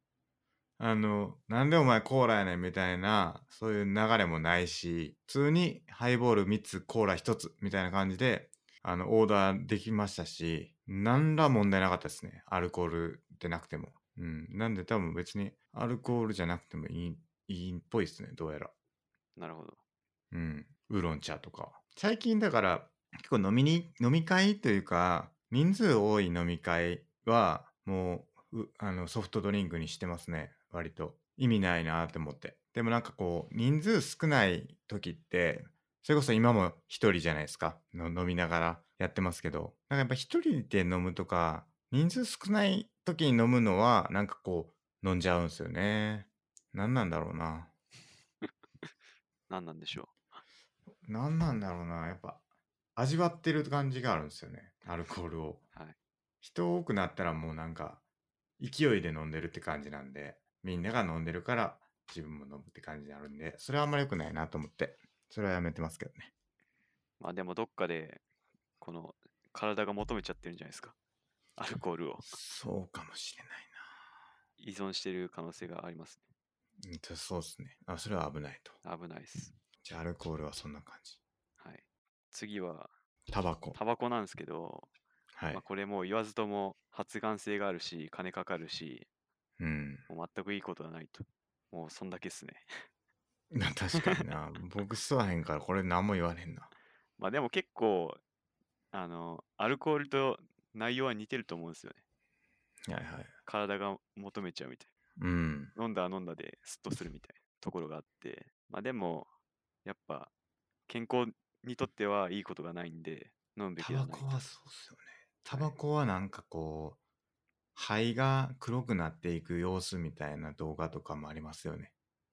Speaker 1: あの、なんでお前コーラやねんみたいな、そういう流れもないし、普通にハイボール3つ、コーラ1つみたいな感じで、あの、オーダーできましたし、何ら問題なかったですね。アルコールでなくても。うん。なんで多分別にアルコールじゃなくてもいい、いいっぽいですね。どうやら。
Speaker 2: なるほど。
Speaker 1: うん。ウーロン茶とか。最近だから、結構飲みに、飲み会というか、人数多い飲み会は、もう、うあの、ソフトドリンクにしてますね。割と。意味ないなって思って。でもなんかこう、人数少ない時って、それこそ今も一人じゃないですか。の飲みながらやってますけど。なんかやっぱ一人で飲むとか、人数少ない時に飲むのは、なんかこう、飲んじゃうんですよね。何なんだろうな。
Speaker 2: 何なんでしょう。
Speaker 1: なんなんだろうなやっぱ味わってる感じがあるんですよねアルコールを、
Speaker 2: はい
Speaker 1: 人多くなったらもうなんか勢いで飲んでるって感じなんでみんなが飲んでるから自分も飲むって感じになるんでそれはあんまり良くないなと思ってそれはやめてますけどね
Speaker 2: まあでもどっかで、この体が求めちゃってるんじゃないですか。 [laughs] アルコールを
Speaker 1: そうかもしれない
Speaker 2: 依存してる可能性があります
Speaker 1: なうんとそうですねあそれは危ないと
Speaker 2: ね。危ないです。
Speaker 1: じゃあアルコールはそんな感じ
Speaker 2: はい。次は、
Speaker 1: タバコ
Speaker 2: タバコなんですけど、
Speaker 1: はい
Speaker 2: まあ、これもう言わずとも発がん性があるし、金かかるし、
Speaker 1: うん [laughs]
Speaker 2: もう全くいいことはないと。もうそんだけっすね。 [laughs]
Speaker 1: な確かにな僕吸わへんからこれ何も言われへんな
Speaker 2: まあでも結構、あの、アルコールと内容は似てると思うんですよね。
Speaker 1: はいはい
Speaker 2: 体が求めちゃうみたい
Speaker 1: うん
Speaker 2: な。飲んだら飲んだでスッとするみたいなところがあって。まあでも、やっぱ、健康にとってはいいことがないんで、飲むべき
Speaker 1: タ
Speaker 2: では
Speaker 1: バ
Speaker 2: ない
Speaker 1: コ
Speaker 2: と。
Speaker 1: はそうっすよね。タバコはなんかこう、肺が黒くなっていく様子みたいな動画とかもありますよね。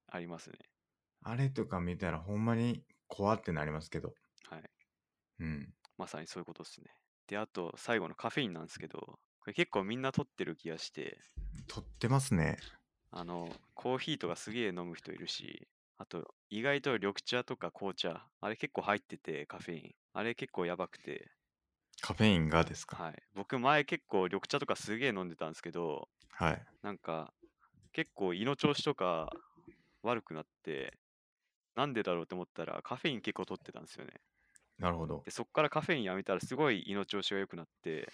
Speaker 2: ありますね。
Speaker 1: あれとか見たらほんまに怖ってなりますけど。
Speaker 2: はい。
Speaker 1: うん。
Speaker 2: まさにそういうことですね。で、あと、最後のカフェインなんですけど、これ結構みんな取ってる気がして、
Speaker 1: とってますね。
Speaker 2: あの、コーヒーとかすげえ飲む人いるし、あと、意外と緑茶とか紅茶、あれ結構入ってて、カフェイン。あれ結構やばくて、
Speaker 1: カフェインがですか。
Speaker 2: はい。僕前結構緑茶とかすげえ飲んでたんですけど、
Speaker 1: はい。
Speaker 2: なんか、結構胃の調子とか悪くなって、なんでだろうと思ったら、カフェイン結構取ってたんですよね。
Speaker 1: なるほど
Speaker 2: で、。そっからカフェインやめたらすごい胃の調子が良くなって、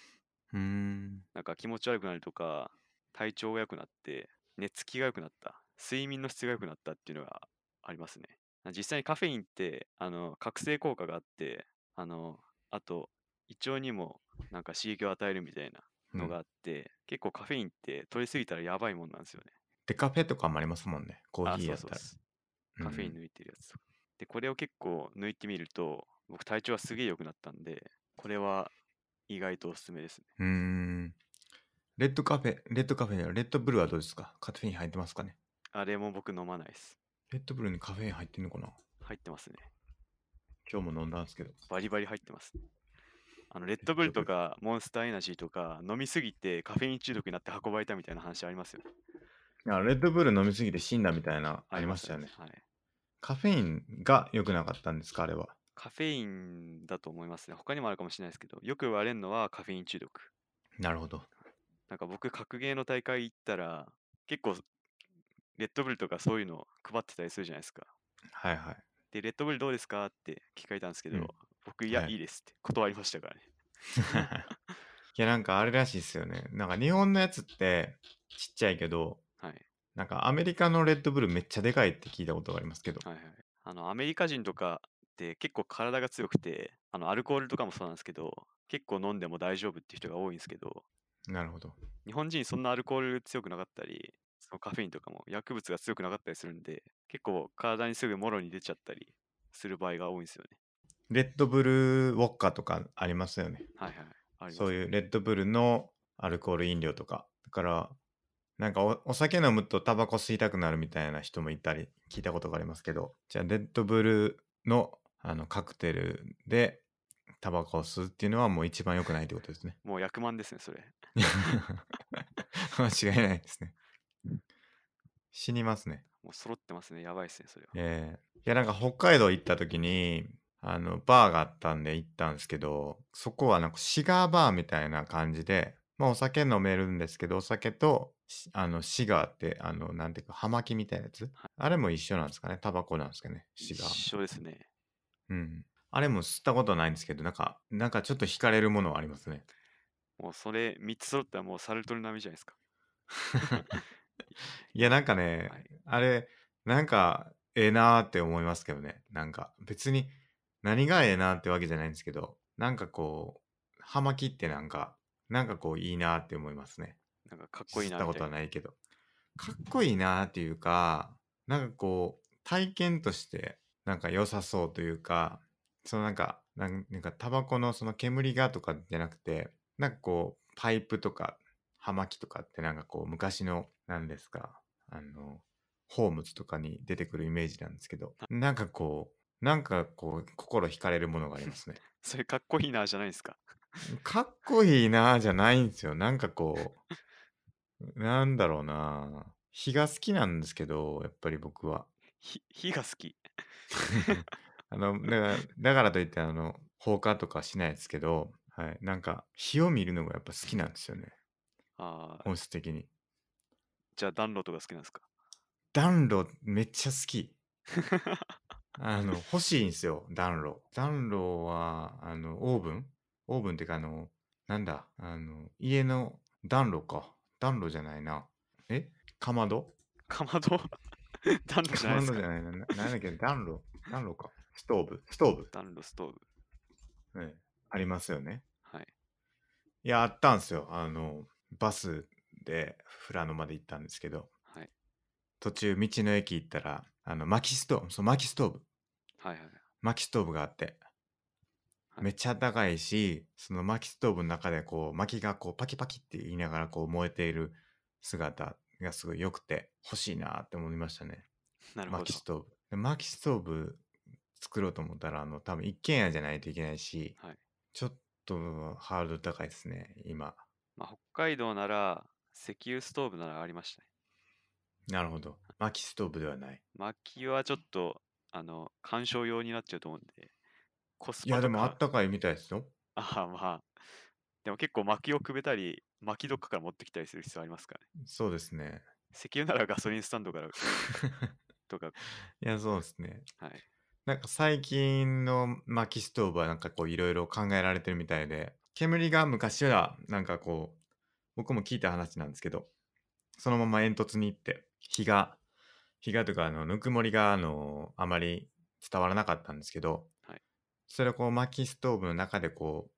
Speaker 1: うーん。
Speaker 2: なんか気持ち悪くなるとか、体調が良くなって、寝つきが良くなった、睡眠の質が良くなったっていうのがありますね。実際にカフェインって、あの、覚醒効果があって、あの、あと、胃腸にもなんか刺激を与えるみたいなのがあって、結構カフェインって取りすぎたらやばいもんなんですよね。
Speaker 1: デカフェとかもありますもんね。コーヒーや
Speaker 2: あ、
Speaker 1: っ
Speaker 2: そう
Speaker 1: た
Speaker 2: そう
Speaker 1: ら。
Speaker 2: そうカフェイン
Speaker 1: うん
Speaker 2: 抜いてるやつとか。で、これを結構抜いてみると、僕体調はすげえ良くなったんで、これは意外とおすすめですね。
Speaker 1: うーん。レッドカフェ、レッドカフェ、レッドブルはどうですかカフェイン入ってますかね
Speaker 2: あれも僕飲まないです。
Speaker 1: レッドブルにカフェイン入ってんのかな
Speaker 2: 入ってますね。
Speaker 1: 今日も飲んだんですけど。
Speaker 2: バリバリ入ってます。あのレッドブル
Speaker 1: レッドブ
Speaker 2: と
Speaker 1: ル
Speaker 2: かモンスターエナジーとか飲みすぎてカフェイン中毒になって運ばれたみたいな話ありますよね。
Speaker 1: あレッドブル飲みすぎて死んだみたいな、ありましたよ [laughs] ね。
Speaker 2: はい。
Speaker 1: カフェインが良くなかったんですか、あれは。
Speaker 2: カフェインだと思いますね。他にもあるかもしれないですけど、よく言われるのはカフェイン中毒。
Speaker 1: なるほど。
Speaker 2: なんか僕、格ゲーの大会行ったら、結構、レッドブルとかそういうの配ってたりするじゃないですか。
Speaker 1: はい [laughs] はい。
Speaker 2: で、レッドブルどうですかって聞かれたんですけど、
Speaker 1: うん
Speaker 2: 僕、いや、
Speaker 1: はい
Speaker 2: い、いですって断りましたからね。
Speaker 1: いや、なんかあれらしいですよね。なんか日本のやつってちっちゃいけど、
Speaker 2: はい。
Speaker 1: なんかアメリカのレッドブルめっちゃでかいって聞いたことがありますけど。
Speaker 2: はいはい。あの、アメリカ人とかって結構体が強くて、あのアルコールとかもそうなんですけど、結構飲んでも大丈夫っていう人が多いんですけど、
Speaker 1: なるほど。
Speaker 2: 日本人そんなアルコール強くなかったり、そのカフェインとかも薬物が強くなかったりするんで、結構体にすぐもろに出ちゃったりする場合が多いんですよね。
Speaker 1: レッドブルウォッカとかありますよね。
Speaker 2: はいはい。あります
Speaker 1: そういうレッドブルのアルコール飲料とか。だから、なんかおお酒飲むとタバコ吸いたくなるみたいな人もいたり聞いたことがありますけど、じゃあレッドブルのあのカクテルでタバコを吸うっていうのはもう一番良くないってことです
Speaker 2: [laughs]
Speaker 1: ね。 [laughs]
Speaker 2: もう薬満ですね、それ。
Speaker 1: 間違いないですね。死にますね。
Speaker 2: もう揃ってますね。やばいですね、それは。
Speaker 1: ええいやなんか北海道行った時にあのバーがあったんで行ったんですけどそこはなんかシガーバーみたいな感じで、まあ、お酒飲めるんですけどお酒としあのシガーってあのなんていうか葉巻みたいなやつ、あれも一緒なんですかねタバコなんですかねシ
Speaker 2: 一
Speaker 1: ガーも
Speaker 2: 緒ですね。
Speaker 1: うんあれも吸ったことないんですけどなんかなんかちょっと惹かれるものはありますね
Speaker 2: もうそれ3つ揃ったらもうサルトル並みじゃないですか。
Speaker 1: いやなんかね、
Speaker 2: はい
Speaker 1: あれなんかええなーって思いますけどねなんか別に何がええなーってわけじゃないんですけどなんかこう葉巻ってなんかなんかこういいなーって思いますね
Speaker 2: なんかかっこい
Speaker 1: 吸
Speaker 2: いな
Speaker 1: った
Speaker 2: み
Speaker 1: こ
Speaker 2: たい
Speaker 1: と
Speaker 2: な。
Speaker 1: はないけどかっこいいなーっていうかなんかこう体験としてなんか良さそうというかそのなんかなんなんかタバコのその煙がとかじゃなくてなんかこうパイプとか葉巻とかってなんかこう昔の何ですかあのホームズとかに出てくるイメージなんですけどなんかこうなんかこう心惹かれるものがありますね
Speaker 2: それかっこいいなじゃないですか。
Speaker 1: かっこいいなあじゃないんですよなんかこう [laughs] なんだろうな日が好きなんですけどやっぱり僕は [laughs]
Speaker 2: 火火が好き。
Speaker 1: あのだからだからといってあの放火とかしないですけど、はい、なんか火を見るのがやっぱ好きなんですよね
Speaker 2: ああ、
Speaker 1: 本質的に
Speaker 2: じゃあ暖炉とか好きなんですか。 [laughs]
Speaker 1: 暖炉めっちゃ好きあの欲しいんですよ暖炉暖炉はあのオーブンオーブンってかあのなんだあの家の暖炉か暖炉じゃないなえかまど
Speaker 2: かまど [laughs] 暖炉じ
Speaker 1: か
Speaker 2: ゃな
Speaker 1: ま
Speaker 2: いです
Speaker 1: どじ
Speaker 2: か。
Speaker 1: ゃないなななんだっけ暖炉暖炉かストーブストーブ、
Speaker 2: 暖炉ストーブ。
Speaker 1: うんありますよね
Speaker 2: はい。
Speaker 1: いやあったんですよあのバスで富良野まで行ったんですけど
Speaker 2: はい。
Speaker 1: 途中道の駅行ったらあの薪ストーブそう薪ストーブ
Speaker 2: はいはい。
Speaker 1: 薪ストーブがあって
Speaker 2: はい
Speaker 1: めっちゃ高いしその薪ストーブの中でこう薪がこうパキパキって言いながらこう燃えている姿がすごい良くて欲しいなって思いましたね
Speaker 2: なるほど
Speaker 1: 薪。ストーブで薪ストーブ作ろうと思ったらあの多分一軒家じゃないといけないし、
Speaker 2: はい
Speaker 1: ちょっとハードル高いですね今
Speaker 2: まあ、北海道なら石油ストーブならありましたね。
Speaker 1: なるほど薪ストーブではない
Speaker 2: 薪はちょっと、あの、観賞用になっちゃうと思うんで、コスパ
Speaker 1: いや
Speaker 2: と
Speaker 1: でもあ
Speaker 2: か
Speaker 1: ったかいみたいですよ
Speaker 2: [laughs] ああまあ。でも結構薪をくべたり、薪どっかから持ってきたりする必要ありますからね。
Speaker 1: そうですね [laughs]
Speaker 2: 石油ならガソリンスタンドからとか、
Speaker 1: いやそうですね
Speaker 2: はい。
Speaker 1: なんか最近の薪ストーブはなんかこういろいろ考えられてるみたいで煙が昔はなんかこう僕も聞いた話なんですけどそのまま煙突に行って火が火がというかあのぬくもりがあのあまり伝わらなかったんですけど、
Speaker 2: はい
Speaker 1: それをこう薪ストーブの中でこう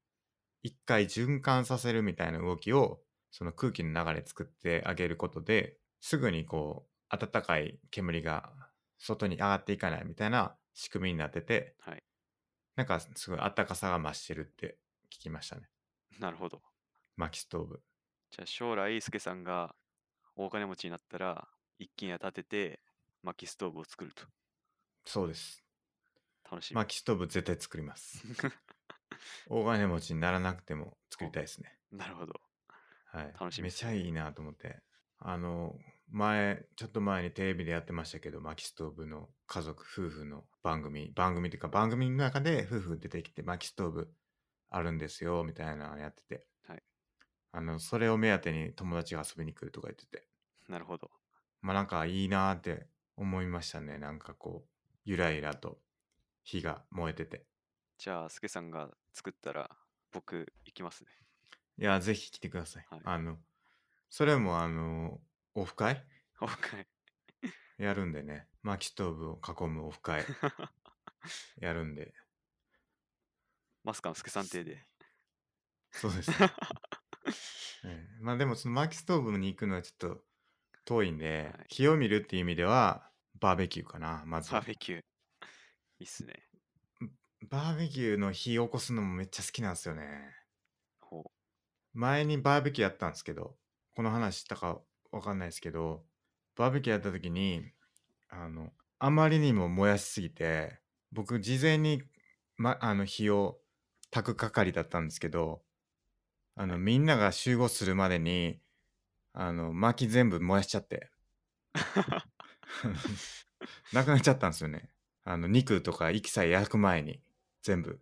Speaker 1: 一回循環させるみたいな動きをその空気の流れ作ってあげることですぐにこう暖かい煙が外に上がっていかないみたいな仕組みになってて、
Speaker 2: はい
Speaker 1: なんかすごい暖かさが増してるって聞きましたね
Speaker 2: なるほど。
Speaker 1: 薪ストーブ
Speaker 2: じゃあ将来、スケさんが大金持ちになったら、一軒家建てて、薪ストーブを作ると。
Speaker 1: そうです
Speaker 2: 楽しみ。
Speaker 1: 薪ストーブ絶対作ります
Speaker 2: [laughs]
Speaker 1: 大金持ちにならなくても作りたいですね
Speaker 2: なるほど。
Speaker 1: はい
Speaker 2: 楽しみ
Speaker 1: め
Speaker 2: で
Speaker 1: ち
Speaker 2: す
Speaker 1: ゃいいなと思ってあの前ちょっと前にテレビでやってましたけど薪ストーブの家族夫婦の番組番組っていうか番組の中で夫婦出てきて薪ストーブあるんですよみたいなのやってて、
Speaker 2: はい
Speaker 1: あのそれを目当てに友達が遊びに来るとか言ってて
Speaker 2: なるほど。
Speaker 1: まあなんかいいなーって思いましたね。なんかこう、ゆらゆらと火が燃えてて。
Speaker 2: じゃあ、スケさんが作ったら、僕、行きますね。 [laughs]
Speaker 1: いや、ぜひ来てください。
Speaker 2: はい
Speaker 1: あの、それもあの、オフ会
Speaker 2: オフ会。 [laughs]
Speaker 1: やるんでね、薪ストーブを囲むオフ会やるんで、
Speaker 2: マスカの助さん邸で。
Speaker 1: そうです
Speaker 2: [laughs]
Speaker 1: ね。ええまあでもその薪ストーブに行くのはちょっと遠いんで、
Speaker 2: はい
Speaker 1: 火を見るっていう意味ではバーベキューかな、まずは
Speaker 2: バーベキュー。いいっすね。
Speaker 1: バーベキューの火を起こすのもめっちゃ好きなんですよね。
Speaker 2: ほう。 [laughs]
Speaker 1: 前にバーベキューやったんですけど、この話したかわかんないですけど、バーベキューやった時に、あの、あまりにも燃やしすぎて、僕事前に、ま、あの火を炊く係だったんですけど、あの、みんなが集合するまでに、あの、薪全部燃やしちゃって、なくなっちゃったんですよね。あの、肉とか息さえ焼く前に、全部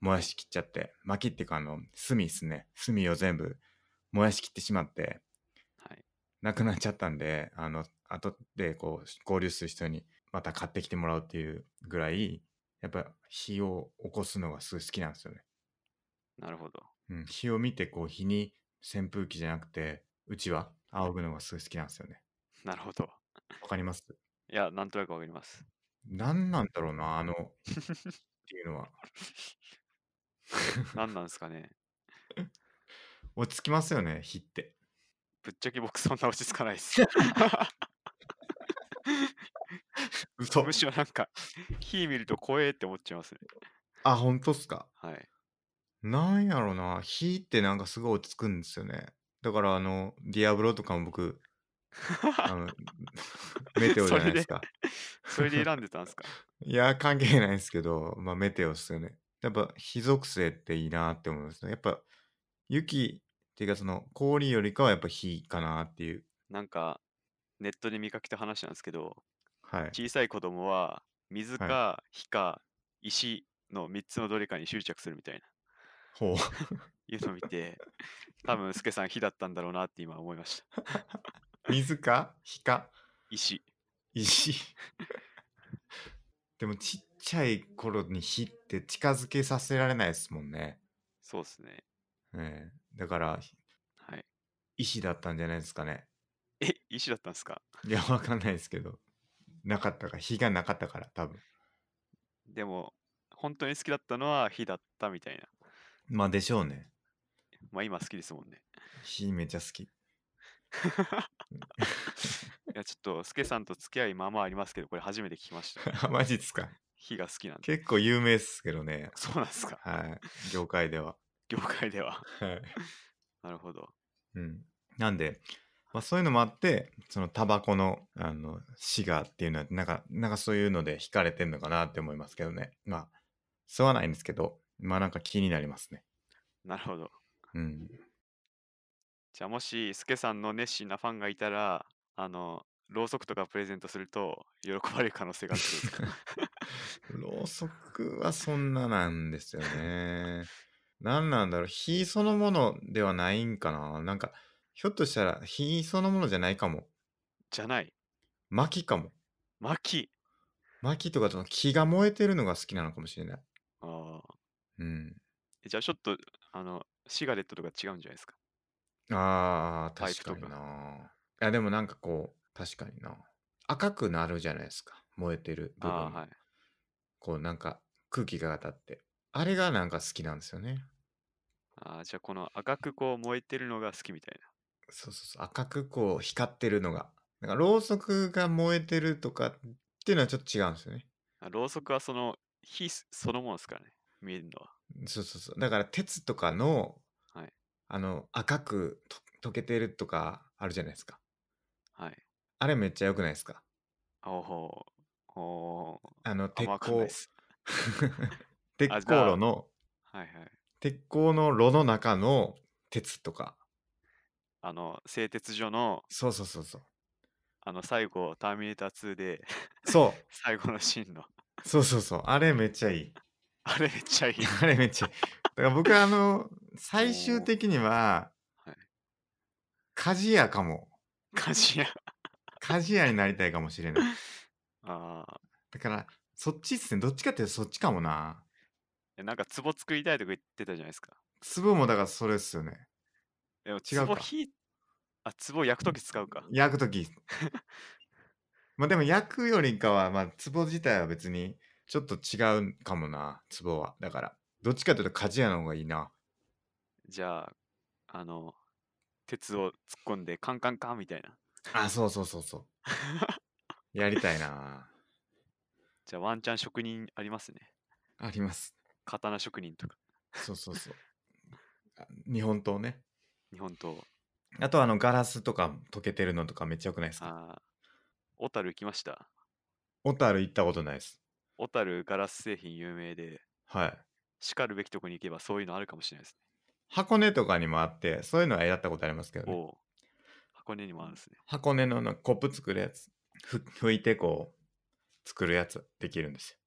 Speaker 1: 燃やしきっちゃって、薪っていうかあの、炭ですね。炭を全部燃やしきってしまって、
Speaker 2: はい。
Speaker 1: なくなっちゃったんで、あの、後でこう、合流する人にまた買ってきてもらうっていうぐらい、やっぱ火を起こすのがすごい好きなんですよね。
Speaker 2: なるほど。
Speaker 1: うん、火を見て、こう、火に扇風機じゃなくて、うちわ、仰ぐのがすごい好きなんですよね。
Speaker 2: なるほど。
Speaker 1: わかります
Speaker 2: いや、なんとなくわかります。
Speaker 1: 何なんだろうな、あの、っていうのは。
Speaker 2: 何なんですかね。
Speaker 1: 落ち着きますよね、火って。
Speaker 2: ぶっちゃけ僕そんな落ち着かないっす。
Speaker 1: 嘘
Speaker 2: むしろなんか、火見ると怖えって思っちゃいますね。
Speaker 1: あ、本当っすか。
Speaker 2: [laughs] はい。
Speaker 1: なんやろな、火ってなんかすごい落ち着くんですよね。だからあの、ディアブロとかも僕、あ
Speaker 2: [laughs]
Speaker 1: の、メテオじゃないですか。
Speaker 2: それで選んでたんですか。
Speaker 1: いや、関係ないですけど、まあメテオっすよね。やっぱ、火属性っていいなって思いますね。やっぱ、雪っていうかその、氷よりかはやっぱ火かなっていう。
Speaker 2: なんか、ネットで見かけた話なんですけど、
Speaker 1: はい。
Speaker 2: 小さい子供は水
Speaker 1: はい
Speaker 2: か火か石の3つのどれかに執着するみたいな、 [laughs]
Speaker 1: ほう。
Speaker 2: いうのを見て、多分、スケさん火だったんだろうなって今思いました。
Speaker 1: 水か火か
Speaker 2: 石。
Speaker 1: 石 [laughs] でもちっちゃい頃に火って近づけさせられないですもんね、
Speaker 2: そうですね。
Speaker 1: ええだから
Speaker 2: はい。
Speaker 1: 石だったんじゃないですかね
Speaker 2: え、石だったんですか
Speaker 1: いやわかんないですけどなかったから火がなかったから多分
Speaker 2: でも、本当に好きだったのは火だったみたいな。
Speaker 1: まあでしょうね
Speaker 2: まあ今好きですもんね。
Speaker 1: 火めちゃ好き [laughs]
Speaker 2: いや、ちょっと、スケさんと付き合いまあまあありますけど、これ初めて聞きました。
Speaker 1: あマジっすか
Speaker 2: 火が好きなんで。
Speaker 1: 結構有名っすけどね
Speaker 2: そうなんですか。
Speaker 1: はい業界では
Speaker 2: 業界では。
Speaker 1: はい
Speaker 2: [laughs] なるほど。
Speaker 1: うん、なんで、まあ、そういうのもあってそのタバコのあのシガーっていうのはなんかなんかそういうので惹かれてんのかなって思いますけどねまあ吸わないんですけどまあなんか気になりますね
Speaker 2: なるほど。
Speaker 1: うん
Speaker 2: じゃあもし、スケさんの熱心なファンがいたら、あの、ろうそくとかプレゼントすると喜ばれる可能性があるってことですか
Speaker 1: ろうそくはそんななんですよね何なんだろう火そのものではないんかななんかひょっとしたら火そのものじゃないかも
Speaker 2: じゃない。
Speaker 1: 薪かも
Speaker 2: 薪
Speaker 1: 薪とかその木が燃えてるのが好きなのかもしれない
Speaker 2: ああ。
Speaker 1: うん
Speaker 2: えじゃあちょっと、あの、シガレットとか違うんじゃないですか
Speaker 1: ああ、
Speaker 2: パイ
Speaker 1: 確
Speaker 2: プ
Speaker 1: か
Speaker 2: とか
Speaker 1: にな。いや、でもなんかこう、確かにな。赤くなるじゃないですか。燃えてる部分。
Speaker 2: ああ、はい。
Speaker 1: こうなんか空気が当たって。あれがなんか好きなんですよね。
Speaker 2: ああ、じゃあこの赤くこう燃えてるのが好きみたいな。
Speaker 1: そうそうそう。赤くこう光ってるのが。なんかろうそくが燃えてるとかっていうのはちょっと違うんですよね。
Speaker 2: あろうそくはその火すそのものですからね。見えるのは。
Speaker 1: そうそうそう。だから鉄とかの、
Speaker 2: はい
Speaker 1: あの赤くと溶けてるとかあるじゃないですか。
Speaker 2: はい。
Speaker 1: あれめっちゃ良くないですか。
Speaker 2: おおおお
Speaker 1: あの
Speaker 2: あん
Speaker 1: 鉄
Speaker 2: まわかん
Speaker 1: 鋼
Speaker 2: ないで、す。 [laughs]
Speaker 1: 鉄鋼
Speaker 2: あじゃあ
Speaker 1: 炉の
Speaker 2: はいはい。
Speaker 1: 鉄鋼の炉の中の鉄とか
Speaker 2: あの、製鉄所の、
Speaker 1: そうそうそうそう
Speaker 2: あの、最後、ターミネーター2で、 [laughs]
Speaker 1: そ
Speaker 2: 最後のシーンの、
Speaker 1: うそうそうそうあれめっちゃいい [laughs]
Speaker 2: あれめっちゃい [laughs] い。
Speaker 1: あれめっちゃいいだから僕はあの最終的には
Speaker 2: おーはい
Speaker 1: 鍛冶屋かも
Speaker 2: 感じや。
Speaker 1: 鍛冶屋になりたいかもしれない
Speaker 2: ああ
Speaker 1: だからそっちっすねどっちかっていうとそっちかもな
Speaker 2: え。なんか、壺作りたいとか言ってたじゃないですか。
Speaker 1: 粒もだからそれっすよね
Speaker 2: でも、
Speaker 1: 違う
Speaker 2: 壺
Speaker 1: か
Speaker 2: 火、あ、壺焼くとき使うか。
Speaker 1: 焼
Speaker 2: [laughs]
Speaker 1: く時まあでも焼くよりかはまあ壺自体は別にちょっと違うかもな、ツボは。だから、どっちかというと鍛冶屋の方がいいな。
Speaker 2: じゃあ、あの、鉄を突っ込んでカンカンカンみたいな。
Speaker 1: あ、そうそうそうそう。やりたいな。
Speaker 2: じゃあワンチャン職人ありますね。
Speaker 1: あります。
Speaker 2: 刀職人とか、
Speaker 1: そうそうそう。あ日本刀ね。
Speaker 2: 日本刀。
Speaker 1: あとあのガラスとか溶けてるのとかめっちゃ良くないですか
Speaker 2: ああ、小樽行きました。
Speaker 1: 小樽行ったことないです。
Speaker 2: 小樽ガラス製品有名で、
Speaker 1: はい。
Speaker 2: しかるべきとこに行けばそういうのあるかもしれないです
Speaker 1: 箱根とかにもあって、そういうのはやったことありますけど
Speaker 2: ね。
Speaker 1: ね、
Speaker 2: おう箱根にもあるんですね。
Speaker 1: 箱根のなコップ作るやつ。ふ拭いてこう、作るやつできるんですよ。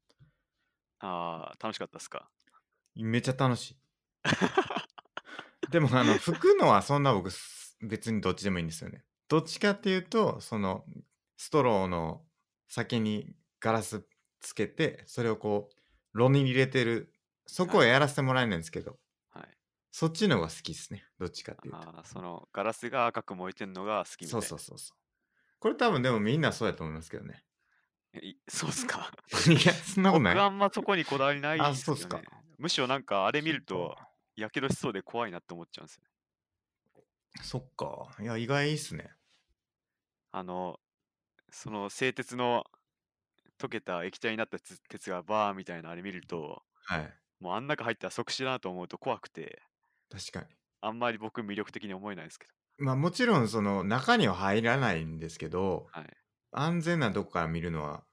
Speaker 2: ああ、楽しかったっすか。
Speaker 1: めっちゃ楽しい。でもあの拭くのはそんな僕す別にどっちでもいいんですよね。どっちかっていうとそのストローの先にガラスつけてそれをこう炉に入れてるそこはやらせてもらえないんですけど、
Speaker 2: はい。
Speaker 1: そっちの方が好きですねどっちかっていうと。
Speaker 2: ああ、そのガラスが赤く燃えてんのが好きみた
Speaker 1: そ
Speaker 2: いうな。
Speaker 1: そうそうそう。これ多分でもみんなそうやと思いますけど
Speaker 2: [laughs]
Speaker 1: ね。
Speaker 2: えいそうっすか。
Speaker 1: いやそんなこと
Speaker 2: 僕
Speaker 1: な
Speaker 2: あ
Speaker 1: い。
Speaker 2: んまそこにこだわりない
Speaker 1: あ
Speaker 2: んですけ
Speaker 1: そう
Speaker 2: ど、
Speaker 1: っ
Speaker 2: ね。
Speaker 1: すか
Speaker 2: むしろなんかあれ見ると、やけどしそうで怖いなって思っちゃうんですよ。
Speaker 1: そっか。いや意外いいっすね。
Speaker 2: あの、その製鉄の溶けた液体になった鉄鉄がバーみたいなあれ見ると、
Speaker 1: はい。
Speaker 2: もうあん中入ったら即死だなと思うと怖くて、
Speaker 1: 確かに。
Speaker 2: あんまり僕魅力的に思えないですけど。
Speaker 1: まあもちろんその中には入らないんですけど、
Speaker 2: はい。
Speaker 1: 安全なとこから見るのは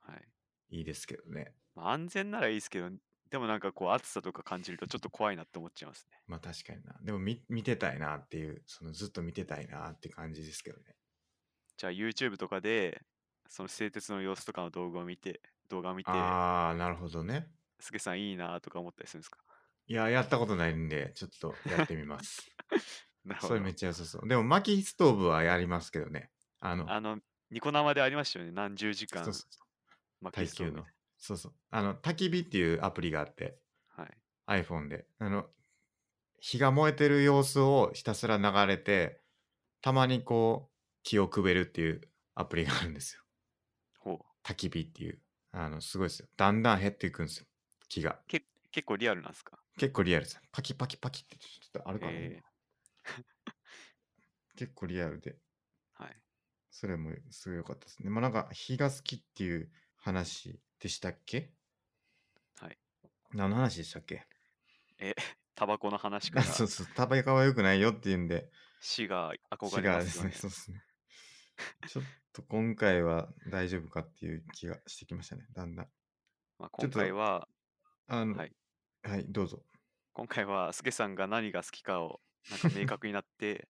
Speaker 2: はい。
Speaker 1: いいですけどね。
Speaker 2: まあ安全ならいいですけど、でもなんかこう暑さとか感じるとちょっと怖いなって思っちゃいますね。
Speaker 1: まあ確かにな。でも見見てたいなっていう、そのずっと見てたいなって感じですけどね。
Speaker 2: じゃあ YouTube とかで、その製鉄の様子とかの動画を見て、動画を見て、
Speaker 1: ああ、なるほどね。
Speaker 2: すけさんいいなとか思ったりするんですか
Speaker 1: いや、やったことないんで、ちょっとやってみます。
Speaker 2: [laughs] なるほ
Speaker 1: そ
Speaker 2: ど
Speaker 1: れめっちゃ良さそう。でも薪ストーブはやりますけどね。あの、
Speaker 2: あの、ニコ生でありましたよね。何十時間
Speaker 1: そうそうそう
Speaker 2: 負け
Speaker 1: 耐
Speaker 2: ストー
Speaker 1: 久
Speaker 2: ブみ
Speaker 1: の。そうそう。あの、焚き火っていうアプリがあって、
Speaker 2: たいな。はい。
Speaker 1: iPhone で。あの、火が燃えてる様子をひたすら流れて、たまにこう、気をくべるっていうアプリがあるんですよ。 [laughs]
Speaker 2: ほう。
Speaker 1: 焚き火っていう、あの、すごいですよ。だんだん減っていくんですよ、木が。
Speaker 2: 結構リアルなんですか
Speaker 1: 結構リアルですよ。パキパキパキってちょっとあるかな、
Speaker 2: え
Speaker 1: 結構リアルで、
Speaker 2: ーはい。
Speaker 1: それもすごい良かったですね。まあなんか、火が好きっていう話でしたっけ
Speaker 2: はい。
Speaker 1: 何の話でしたっけ
Speaker 2: タバコの話か
Speaker 1: [laughs]
Speaker 2: ら
Speaker 1: そうそう、タバコは良くないよっていうんで、
Speaker 2: 死が憧
Speaker 1: 違
Speaker 2: れ
Speaker 1: う
Speaker 2: ま
Speaker 1: ですす
Speaker 2: よね
Speaker 1: ね。。そうですね。ちょっと今回は大丈夫かっていう気がしてきましたね、だんだん。
Speaker 2: まあ、
Speaker 1: ちょっ
Speaker 2: 今
Speaker 1: と
Speaker 2: 回は、
Speaker 1: あの、は
Speaker 2: はいい、
Speaker 1: どうぞ。
Speaker 2: 今回はスケさんが何が好きかをなんか明確に
Speaker 1: [laughs]
Speaker 2: なって、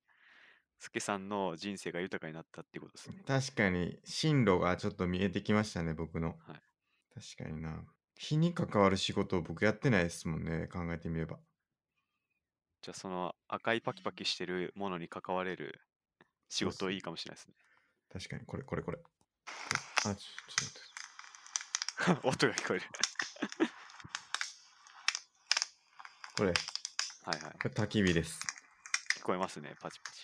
Speaker 2: スケさんの人生が豊かになったってことですね。
Speaker 1: 確かに進路がちょっと見えてきましたね僕の、
Speaker 2: はい
Speaker 1: 確かにな日に関わる仕事を僕やってないですもんね考えてみれば
Speaker 2: じゃあその赤いパキパキしてるものに関われる仕
Speaker 1: そうそう
Speaker 2: 事いいかもしれない
Speaker 1: 確かにこれこれこれあちょちょっと待って
Speaker 2: ですね。 [laughs] 音が聞こえる。
Speaker 1: これこ
Speaker 2: はいはい。
Speaker 1: れ焚き火です
Speaker 2: 聞こえますね、パチパチ。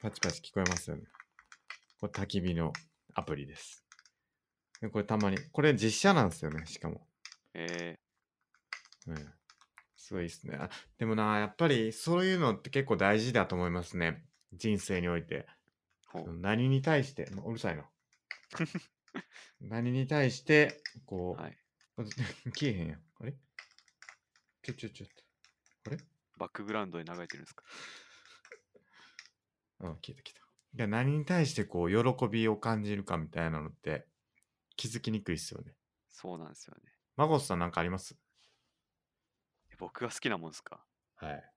Speaker 1: パチパチ聞こえますよねこれ焚き火のアプリですでこれたまにこれ実写なんですよねしかも
Speaker 2: え
Speaker 1: うんすごいですねあでもなやっぱりそういうのって結構大事だと思いますね人生において
Speaker 2: ー、ほう
Speaker 1: 何に対して、まうるさ
Speaker 2: [laughs]
Speaker 1: いな。何に対して、こう、
Speaker 2: はい。
Speaker 1: [laughs] 消えへんやん。あれちょちょちょっと。あれ
Speaker 2: バックグラウンドで流れてるんですか
Speaker 1: あ、消えた消えた。いや、何に対してこう、喜びを感じるかみたいなのって、気づきにくいっすよね。
Speaker 2: そうなんですよね。
Speaker 1: マゴスさんなんかあります
Speaker 2: え僕が好きなもんですか
Speaker 1: はい。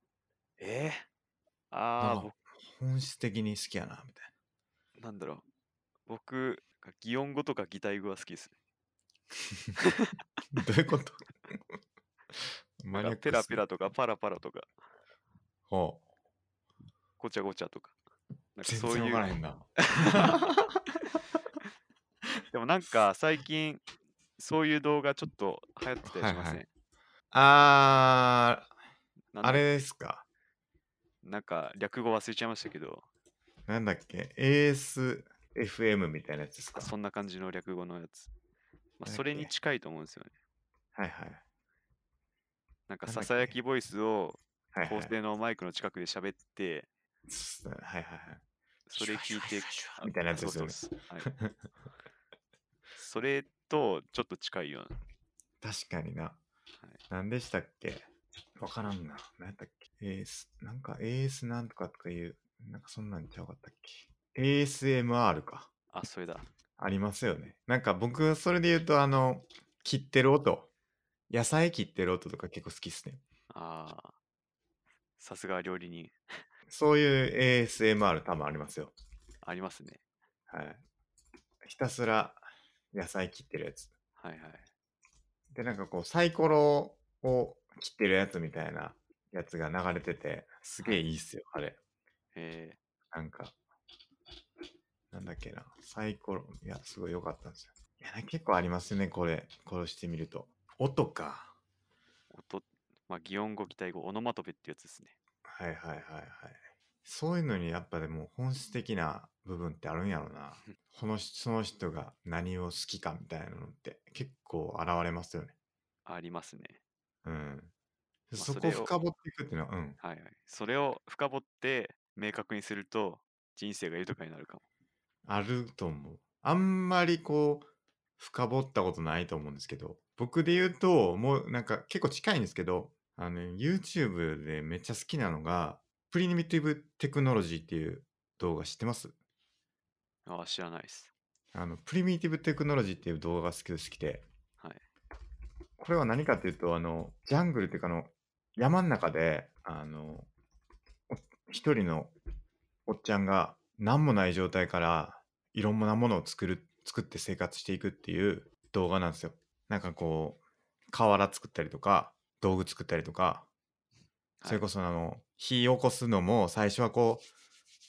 Speaker 2: えー、あ
Speaker 1: な
Speaker 2: あ、
Speaker 1: んか本質的に好きやな、みたい
Speaker 2: なんだろう。僕、擬音語とか擬態語が好きですね。
Speaker 1: な。どういうこと [laughs] マニア
Speaker 2: なん
Speaker 1: ッ
Speaker 2: か
Speaker 1: ク
Speaker 2: ペラ
Speaker 1: すぎ
Speaker 2: ペラとかパラパラとか、
Speaker 1: ほう。
Speaker 2: ごちゃごちゃとか。なんか
Speaker 1: 全
Speaker 2: そう
Speaker 1: 然
Speaker 2: い
Speaker 1: わからへ
Speaker 2: う。
Speaker 1: んな。
Speaker 2: でもなんか最近、そういう動画ちょっと流行ってたりしま
Speaker 1: はい
Speaker 2: せ
Speaker 1: は
Speaker 2: ん、
Speaker 1: い [laughs] あ
Speaker 2: な
Speaker 1: ー、
Speaker 2: んだ
Speaker 1: あれですか。
Speaker 2: なんか略語忘れちゃいましたけど、
Speaker 1: なんだっけ ?ASFM みたいなやつですか
Speaker 2: そんな感じの略語のやつ。まあ、
Speaker 1: なんだっけ
Speaker 2: それに近いと思うんですよね。
Speaker 1: はいはい。
Speaker 2: なんか
Speaker 1: なんだ
Speaker 2: さ
Speaker 1: っけ
Speaker 2: さやきボイスを
Speaker 1: はいはい。
Speaker 2: 高性能マイクの近くで喋って、
Speaker 1: そうっすねはいはいはい。
Speaker 2: それ聞いて、あ
Speaker 1: みたいなやつですよね。
Speaker 2: そうそうそうはいそれとちょっと近いような。
Speaker 1: 確かにな。何でしたっけわからんな。何やったっけ ?AS、なんか AS なんとかとかいう、なんかそんなんちゃうかったっけ ?ASMR か。
Speaker 2: あ、それだ。
Speaker 1: ありますよね。なんか僕、それで言うと、あの、切ってる音。野菜切ってる音とか結構好きっすね。
Speaker 2: ああ。さすが料理人。
Speaker 1: そういう ASMR 多分ありますよ。
Speaker 2: ありますね。
Speaker 1: はい。ひたすら野菜切ってるやつ。
Speaker 2: はいはい。
Speaker 1: で、なんかこう、サイコロを切ってるやつみたいなやつが流れてて、すげえいいっすよ、あれ。
Speaker 2: え
Speaker 1: なんか、なんだっけな、サイコロ、いや、すごい良かったんですよ。いや、結構ありますね、これ、殺してみると。音か。
Speaker 2: ー、音、まあ、擬音語、擬態語、オノマトペってやつですね。
Speaker 1: はいはいはいはい。そういうのにやっぱでも本質的な部分ってあるんやろな。この人その人が何を好きかみたいなのって結構現れますよね。
Speaker 2: ありますね。
Speaker 1: うん。
Speaker 2: あ
Speaker 1: そ
Speaker 2: そ
Speaker 1: こ
Speaker 2: れ
Speaker 1: を
Speaker 2: を
Speaker 1: 深掘っていくっていうのは、うん。
Speaker 2: はいはい。それを深掘って明確にすると、人生が豊かになるかも。
Speaker 1: あると思う。あんまりこう、深掘ったことないと思うんですけど、僕で言うと、もうなんか結構近いんですけど、あの、YouTube でめっちゃ好きなのが、プリミティブテクノロジーっていう動画知ってます
Speaker 2: ああ、知らないです。
Speaker 1: あの、プリミティブテクノロジーっていう動画が好きで好きで、
Speaker 2: はい
Speaker 1: これは何かっていうと、あの、ジャングルっていうか、あの、山の中で、あの、お一人のおっちゃんが何もない状態から、いろんなものを作る、作って生活していくっていう動画なんですよ。なんかこう、瓦作ったりとか、道具作ったりとか、
Speaker 2: はい
Speaker 1: それこそあの、火起こすのも最初はこう、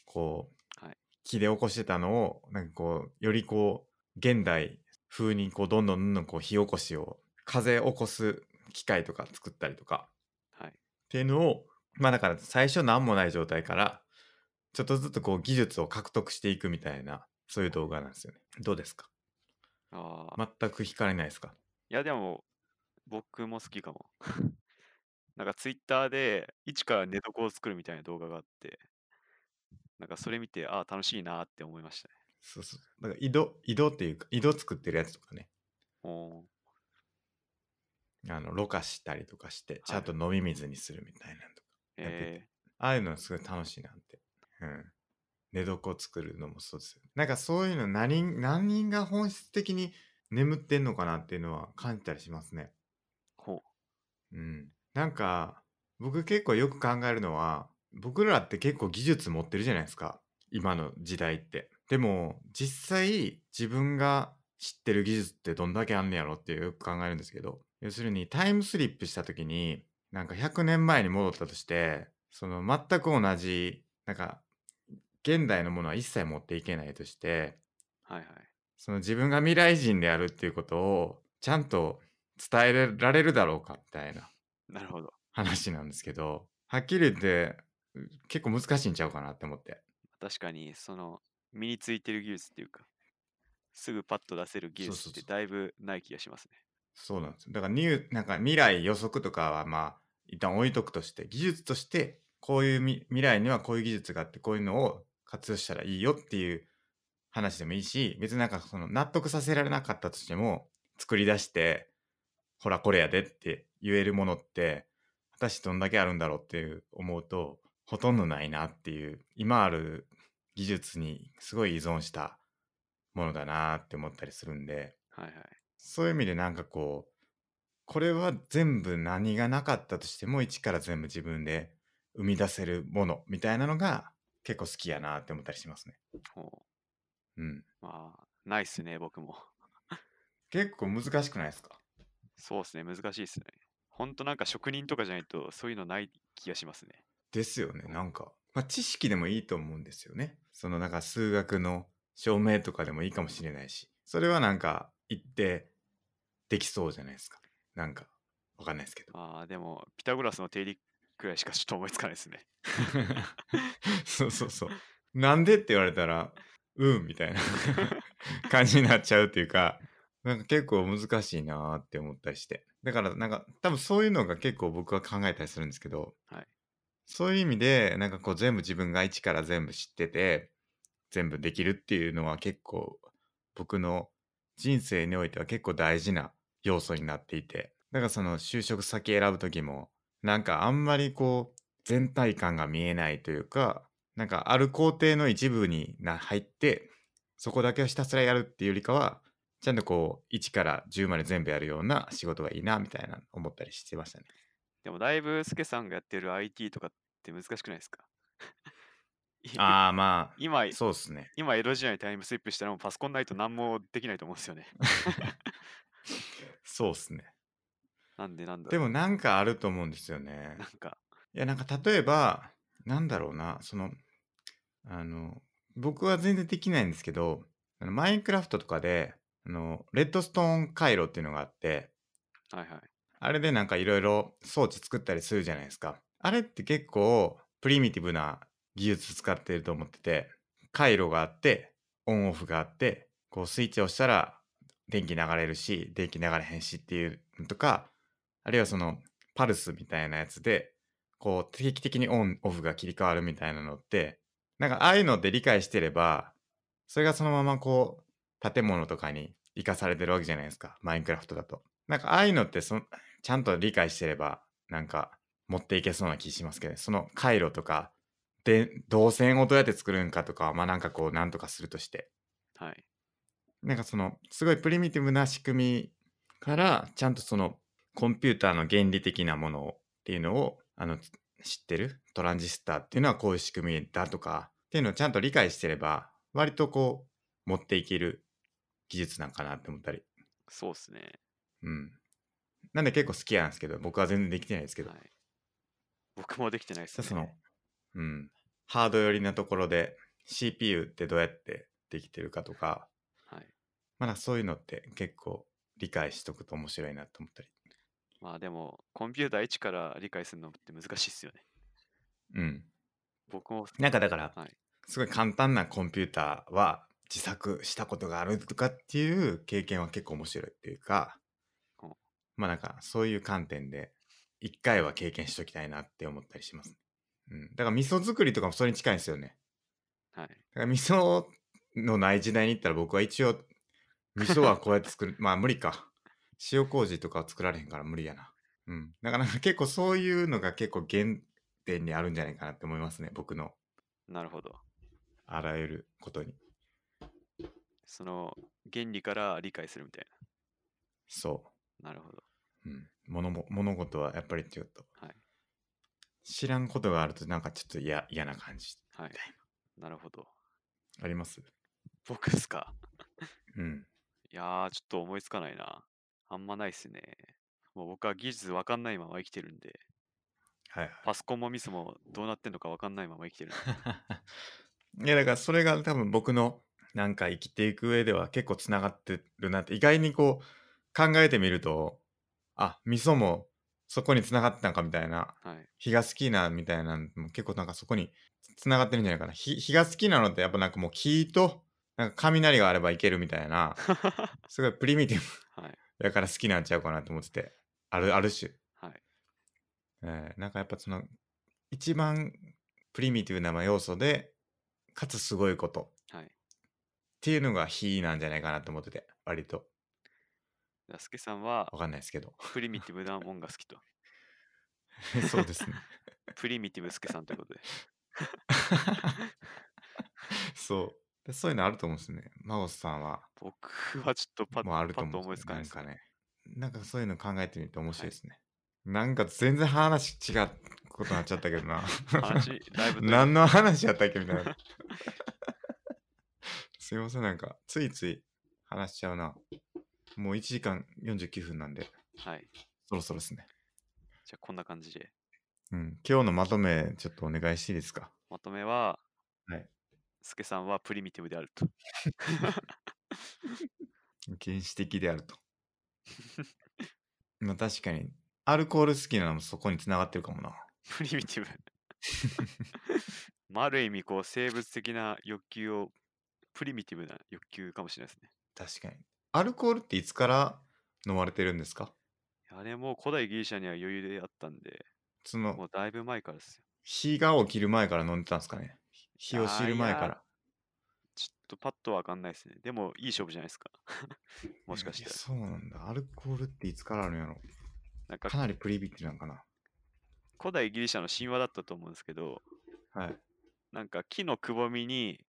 Speaker 1: こう、
Speaker 2: はい
Speaker 1: 木で起こしてたのを、なんかこう、よりこう、現代風にこう、どんどんどんどんこう、火起こしを、風起こす機械とか作ったりとか、
Speaker 2: はい。
Speaker 1: っていうのを、まあだから最初何もない状態から、ちょっとずつこう、技術を獲得していくみたいな、そういう動画なんですよね。どうですか
Speaker 2: ああ、
Speaker 1: 全く惹かれないですか
Speaker 2: いやでも、僕も好きかも。なんかツイッターで、一から寝床を作るみたいな動画があって、なんかそれ見て、ああ、楽しいなーって思いましたね。
Speaker 1: そうそう。だから井戸、井戸っていうか、井戸作ってるやつとかね。
Speaker 2: おー
Speaker 1: あの、ろ過したりとかして、ちゃんと飲み水にするみたいなのとか。やってて
Speaker 2: え
Speaker 1: ああいうのすごい楽しいなって。うん。寝床を作るのもそうですよ。なんかそういうの何、何人が本質的に眠ってんのかなっていうのは感じたりしますね。
Speaker 2: ー、ほ
Speaker 1: うん。なんか、僕結構よく考えるのは、僕らって結構技術持ってるじゃないですか。今の時代って。でも、実際自分が知ってる技術ってどんだけあんねやろってよく考えるんですけど、要するにタイムスリップした時に、なんか100年前に戻ったとして、その全く同じ、なんか、現代のものは一切持っていけないとして、
Speaker 2: う。はいはい。
Speaker 1: その自分が未来人であるっていうことをちゃんと伝えられるだろうかみたいな
Speaker 2: なるほど。
Speaker 1: 話なんですけど、はっきり言ってう結構難しいんちゃうかなって思って。
Speaker 2: 確かに、その、身についてる技術っていうか、すぐパッと出せる技
Speaker 1: そう
Speaker 2: 術
Speaker 1: そう
Speaker 2: って
Speaker 1: そう
Speaker 2: だいぶない気がしますね。
Speaker 1: そうなんですよ。だからニュー、なんか未来予測とかはまあ、一旦置いとくとして、技術として、こういうみ未来にはこういう技術があって、こういうのを活用したらいいよっていう話でもいいし、別になんかその納得させられなかったとしても、作り出して、ほらこれやでって言えるものって、果たしてどんだけあるんだろうっていう思うと、ほとんどないなっていう、今ある技術にすごい依存したものだなって思ったりするんで、
Speaker 2: はいはい。
Speaker 1: そういう意味でなんかこう、これは全部何がなかったとしても、一から全部自分で生み出せるものみたいなのが結構好きやなって思ったりしますね。
Speaker 2: ほ
Speaker 1: うん。
Speaker 2: う。まあ、ないっすね、僕も。 [laughs]
Speaker 1: 結構難しくないですか
Speaker 2: そうっすね、難しいっすね。ほんとなんか職人とかじゃないと、そういうのない気がしますね。
Speaker 1: ですよね、なんか。まあ、知識でもいいと思うんですよね。その、なんか数学の証明とかでもいいかもしれないし、それはなんか言ってできそうじゃないですか。なんか、わかんないですけど。
Speaker 2: ああ、でも、ピタゴラスの定理くらいしかちょっと思いつかないですね。
Speaker 1: [laughs] そうそうそう。
Speaker 2: [laughs]
Speaker 1: なんでって言われたら、うんみたいな感じになっちゃうっていうか、なんか結構難しいなーって思ったりして。だからなんか多分そういうのが結構僕は考えたりするんですけど、
Speaker 2: はい。
Speaker 1: そういう意味でなんかこう全部自分が一から全部知ってて、全部できるっていうのは結構僕の人生においては結構大事な要素になっていて、だからその就職先選ぶ時も、なんかあんまりこう全体感が見えないというか、なんかある工程の一部にな入って、そこだけをひたすらやるっていうよりかは、ちゃんとこう、1から10まで全部やるような仕事がいいな、みたいな思ったりしてましたね。
Speaker 2: でもだいぶスケさんがやってる IT とかって難しくないですか [laughs] い
Speaker 1: ああ、まあ、
Speaker 2: 今、
Speaker 1: そうっすね。
Speaker 2: 今江戸時代にタイムスリップしたらもうパソコンないと何もできないと思う
Speaker 1: [laughs]
Speaker 2: んですよね。
Speaker 1: そうっすね。
Speaker 2: なんでなんだ
Speaker 1: で
Speaker 2: ろ
Speaker 1: もなんかあると思うんですよ
Speaker 2: う。な
Speaker 1: ね。
Speaker 2: んか、
Speaker 1: いや、なんか例えば、なんだろうな、その、あの、僕は全然できないんですけど、あのマインクラフトとかで、あの、レッドストーン回路っていうのがあって、
Speaker 2: はいはい。
Speaker 1: あれでなんかいろいろ装置作ったりするじゃないですか。あれって結構プリミティブな技術使ってると思ってて、回路があって、オンオフがあって、こうスイッチを押したら電気流れるし、電気流れへんしっていうのとか、あるいはそのパルスみたいなやつで、こう定期的にオンオフが切り替わるみたいなのって、なんかああいうので理解してれば、それがそのままこう、建物とかに生かされてるわけじゃないですか。マインクラフトだと。なんかああいうのってそん、ちゃんと理解してれば、なんか持っていけそうな気しますけど、ね、その回路とか、で、動線をどうやって作るんかとかは、まあなんかこう、なんとかするとして。
Speaker 2: はい。
Speaker 1: なんかその、すごいプリミティブな仕組みから、ちゃんとその、コンピューターの原理的なものをっていうのを、あの、つ知ってるトランジスタっていうのはこういう仕組みだとか、っていうのをちゃんと理解してれば、割とこう、持っていける技術なんかなって思ったり。
Speaker 2: そうですね。
Speaker 1: うん。なんで結構好きなんですけど、僕は全然できてないですけど。
Speaker 2: はい。僕もできてないで
Speaker 1: じ
Speaker 2: す
Speaker 1: ゃあその、
Speaker 2: ね。
Speaker 1: うん、ハード寄りなところで CPU ってどうやってできてるかとか、
Speaker 2: はい。
Speaker 1: まだそういうのって結構理解しとくと面白いなと思ったり。
Speaker 2: まあでも、コンピューター一から理解するのって難しいっすよね。
Speaker 1: うん。
Speaker 2: 僕も、
Speaker 1: なんかだから、
Speaker 2: はい。
Speaker 1: すごい簡単なコンピューターは自作したことがあるとかっていう経験は結構面白いっていうか、
Speaker 2: こう
Speaker 1: まあなんかそういう観点で一回は経験しときたいなって思ったりします。うん。だから味噌作りとかもそれに近いんですよね。
Speaker 2: はい。
Speaker 1: だから味噌のない時代に行ったら僕は一応味噌はこうやって作る。まあ無理か。塩麹とかは作られへんから無理やな。うん。だから結構そういうのが結構原点にあるんじゃないかなって思いますね。僕の
Speaker 2: なるほど。
Speaker 1: あらゆることに。
Speaker 2: その原理から理解するみたい
Speaker 1: そ
Speaker 2: な。なるほど。
Speaker 1: う。うん。物も、物事はやっぱりちょっと
Speaker 2: はい。
Speaker 1: 知らんことがあるとなんかちょっと嫌、嫌な感じ
Speaker 2: は
Speaker 1: み
Speaker 2: い。
Speaker 1: たい
Speaker 2: なるほど。
Speaker 1: な。あります
Speaker 2: 僕っすか。
Speaker 1: うん。
Speaker 2: いやー、ちょっと思いつかないな。あんまないっすね。もう僕は技術わかんないまま生きてるんで、
Speaker 1: はいはい。
Speaker 2: パソコンもミスもどうなってんのかわかんないまま生きてるんで。
Speaker 1: いやだからそれが多分僕のなんか生きていく上では結構つながってるなって意外にこう考えてみるとあ味噌もそこにつながってたんかみたいな
Speaker 2: はい。
Speaker 1: 日が好きなみたいなのも結構なんかそこにつながってるんじゃないかな日日が好きなのってやっぱなんかもう木となんか雷があればいけるみたいな
Speaker 2: は
Speaker 1: すごいプリミティ
Speaker 2: い。
Speaker 1: ブだから好きなんちゃうかなと思っててあるある種、
Speaker 2: はい。
Speaker 1: えーなんかやっぱその一番プリミティブなまあ要素でかつすごいこと
Speaker 2: はい。
Speaker 1: っていうのが非なんじゃないかなと思ってて、割と。
Speaker 2: じゃあ、スケさんは
Speaker 1: わかんないです
Speaker 2: [laughs]
Speaker 1: けど。
Speaker 2: プリミティブなもんが好きと。
Speaker 1: そうですね。
Speaker 2: プリミティブスケさんということで。
Speaker 1: [laughs] そうで。そういうのあると思うんですね。マゴスさんは、
Speaker 2: 僕はちょっとパッ
Speaker 1: もうある
Speaker 2: パ
Speaker 1: と
Speaker 2: ッ
Speaker 1: 思
Speaker 2: と
Speaker 1: うん
Speaker 2: 思い
Speaker 1: ですよ。
Speaker 2: つかな
Speaker 1: ないん
Speaker 2: です
Speaker 1: か
Speaker 2: ね。
Speaker 1: ね。なんかそういうの考えてみると面白
Speaker 2: はいい。
Speaker 1: ですね。なんか全然話違うことになっちゃったけどな。
Speaker 2: [laughs] 話、だいぶという
Speaker 1: 何の話やったっけみたいな。 [laughs] すいません、なんか、ついつい話しちゃうな。もう1時間49分なんで、
Speaker 2: はい。
Speaker 1: そろそろですね。
Speaker 2: じゃあ、こんな感じで。
Speaker 1: うん。今日のまとめ、ちょっとお願いしていいですか。
Speaker 2: まとめは、
Speaker 1: はい。
Speaker 2: スケさんはプリミティブであると。
Speaker 1: 原始的である
Speaker 2: [laughs]
Speaker 1: と。まあ確かに、アルコール好きなのもそこにつながってるかもな。
Speaker 2: プリミティブ。 [laughs] まあ、ある意味、こう、生物的な欲求を、プリミティブな欲求かもしれないですね。
Speaker 1: 確かに。アルコールっていつから飲まれてるんですか
Speaker 2: あれもう古代ギリシャには余裕であったんで、
Speaker 1: そ
Speaker 2: も
Speaker 1: の
Speaker 2: うだいぶ前からですよ。
Speaker 1: 日が起きる前から飲んでたんですかね日を知る前から。
Speaker 2: ちょっとパッとわかんないですね。でもいい勝負じゃないですか。 [laughs] もしかし
Speaker 1: い
Speaker 2: た
Speaker 1: や
Speaker 2: ら。
Speaker 1: そうなんだ。アルコールっていつからあるんやろ
Speaker 2: なん
Speaker 1: か
Speaker 2: か
Speaker 1: なりプリビティなんかな
Speaker 2: 古代ギリシャの神話だったと思うんですけど、
Speaker 1: はい。
Speaker 2: なんか木のくぼみに、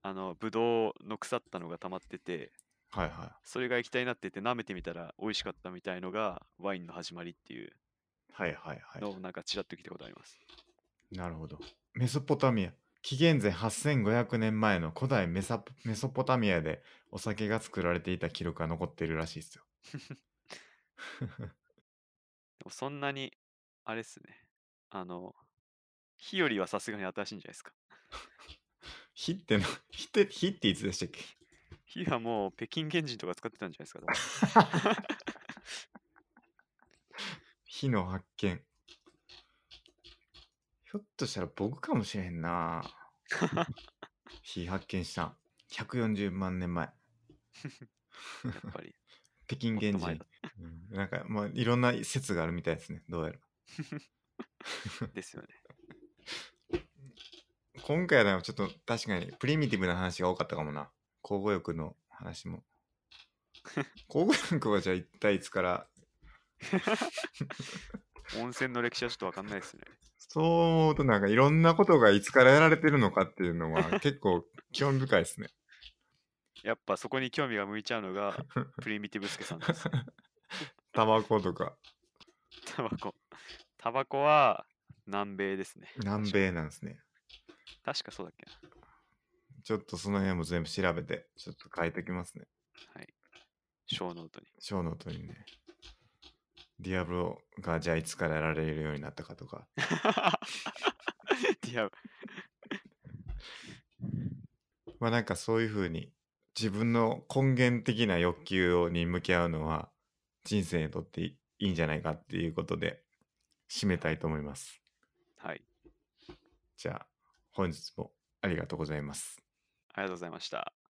Speaker 2: あの、ぶどうの腐ったのが溜まってて、
Speaker 1: はいは
Speaker 2: それが液体になってて舐めてみたら美味しかったみたいのがワインの始まりっていう
Speaker 1: い。はいはい
Speaker 2: の
Speaker 1: は
Speaker 2: をなんかちらっと聞いたことあります。
Speaker 1: い。なるほど。メソポタミア。紀元前8500年前の古代メサポメソポタミアでお酒が作られていた記録が残っているらしいですよ。
Speaker 2: でもそんなに、あれっすね。あの、火よりはさすがに新しいんじゃないですか。
Speaker 1: 火ってな、 [laughs] 火って、火っていつでしたっけ
Speaker 2: 火はもう北京原人とか使ってたんじゃないですか多分。
Speaker 1: 火の発見。ひょっとしたら僕かもしれへん
Speaker 2: [laughs]
Speaker 1: な。火発見したん。140万年前。
Speaker 2: やっぱり。
Speaker 1: 北京
Speaker 2: もっと
Speaker 1: 原
Speaker 2: 前
Speaker 1: 人
Speaker 2: だ。
Speaker 1: うんなんか、まあ、いろんな説があるみたいですね。どうやら。
Speaker 2: ですよね。
Speaker 1: 今回はちょっと確かにプリミティブな話が多かったかもな。交互浴の話も。交互浴はじゃあ一体いつから、
Speaker 2: 温泉の歴史はちょっとわかんないですね。
Speaker 1: そう思うとなんかいろんなことがいつからやられてるのかっていうのは結構興味深いですね。
Speaker 2: やっぱそこに興味が向いちゃうのがプリミティブスケさ
Speaker 1: [laughs]
Speaker 2: んです。
Speaker 1: タバコとか
Speaker 2: タバコ。タバコは南米ですね。
Speaker 1: 南米なんですね。
Speaker 2: 確かそうだっけ
Speaker 1: ちょっとその辺も全部調べて、ちょっと書いておきますね。
Speaker 2: な。はい。小ノートに。 [laughs]
Speaker 1: 小ノートにね。ディアブロがじゃあいつからやられるようになったかとか。
Speaker 2: いや、
Speaker 1: まあなんかそういうふうに自分の根源的な欲求をに向き合うのは人生にとっていいんじゃないかっていうことで締めたいと思います。
Speaker 2: はい。
Speaker 1: じゃあ本日もありがとうございます。
Speaker 2: ありがとうございました。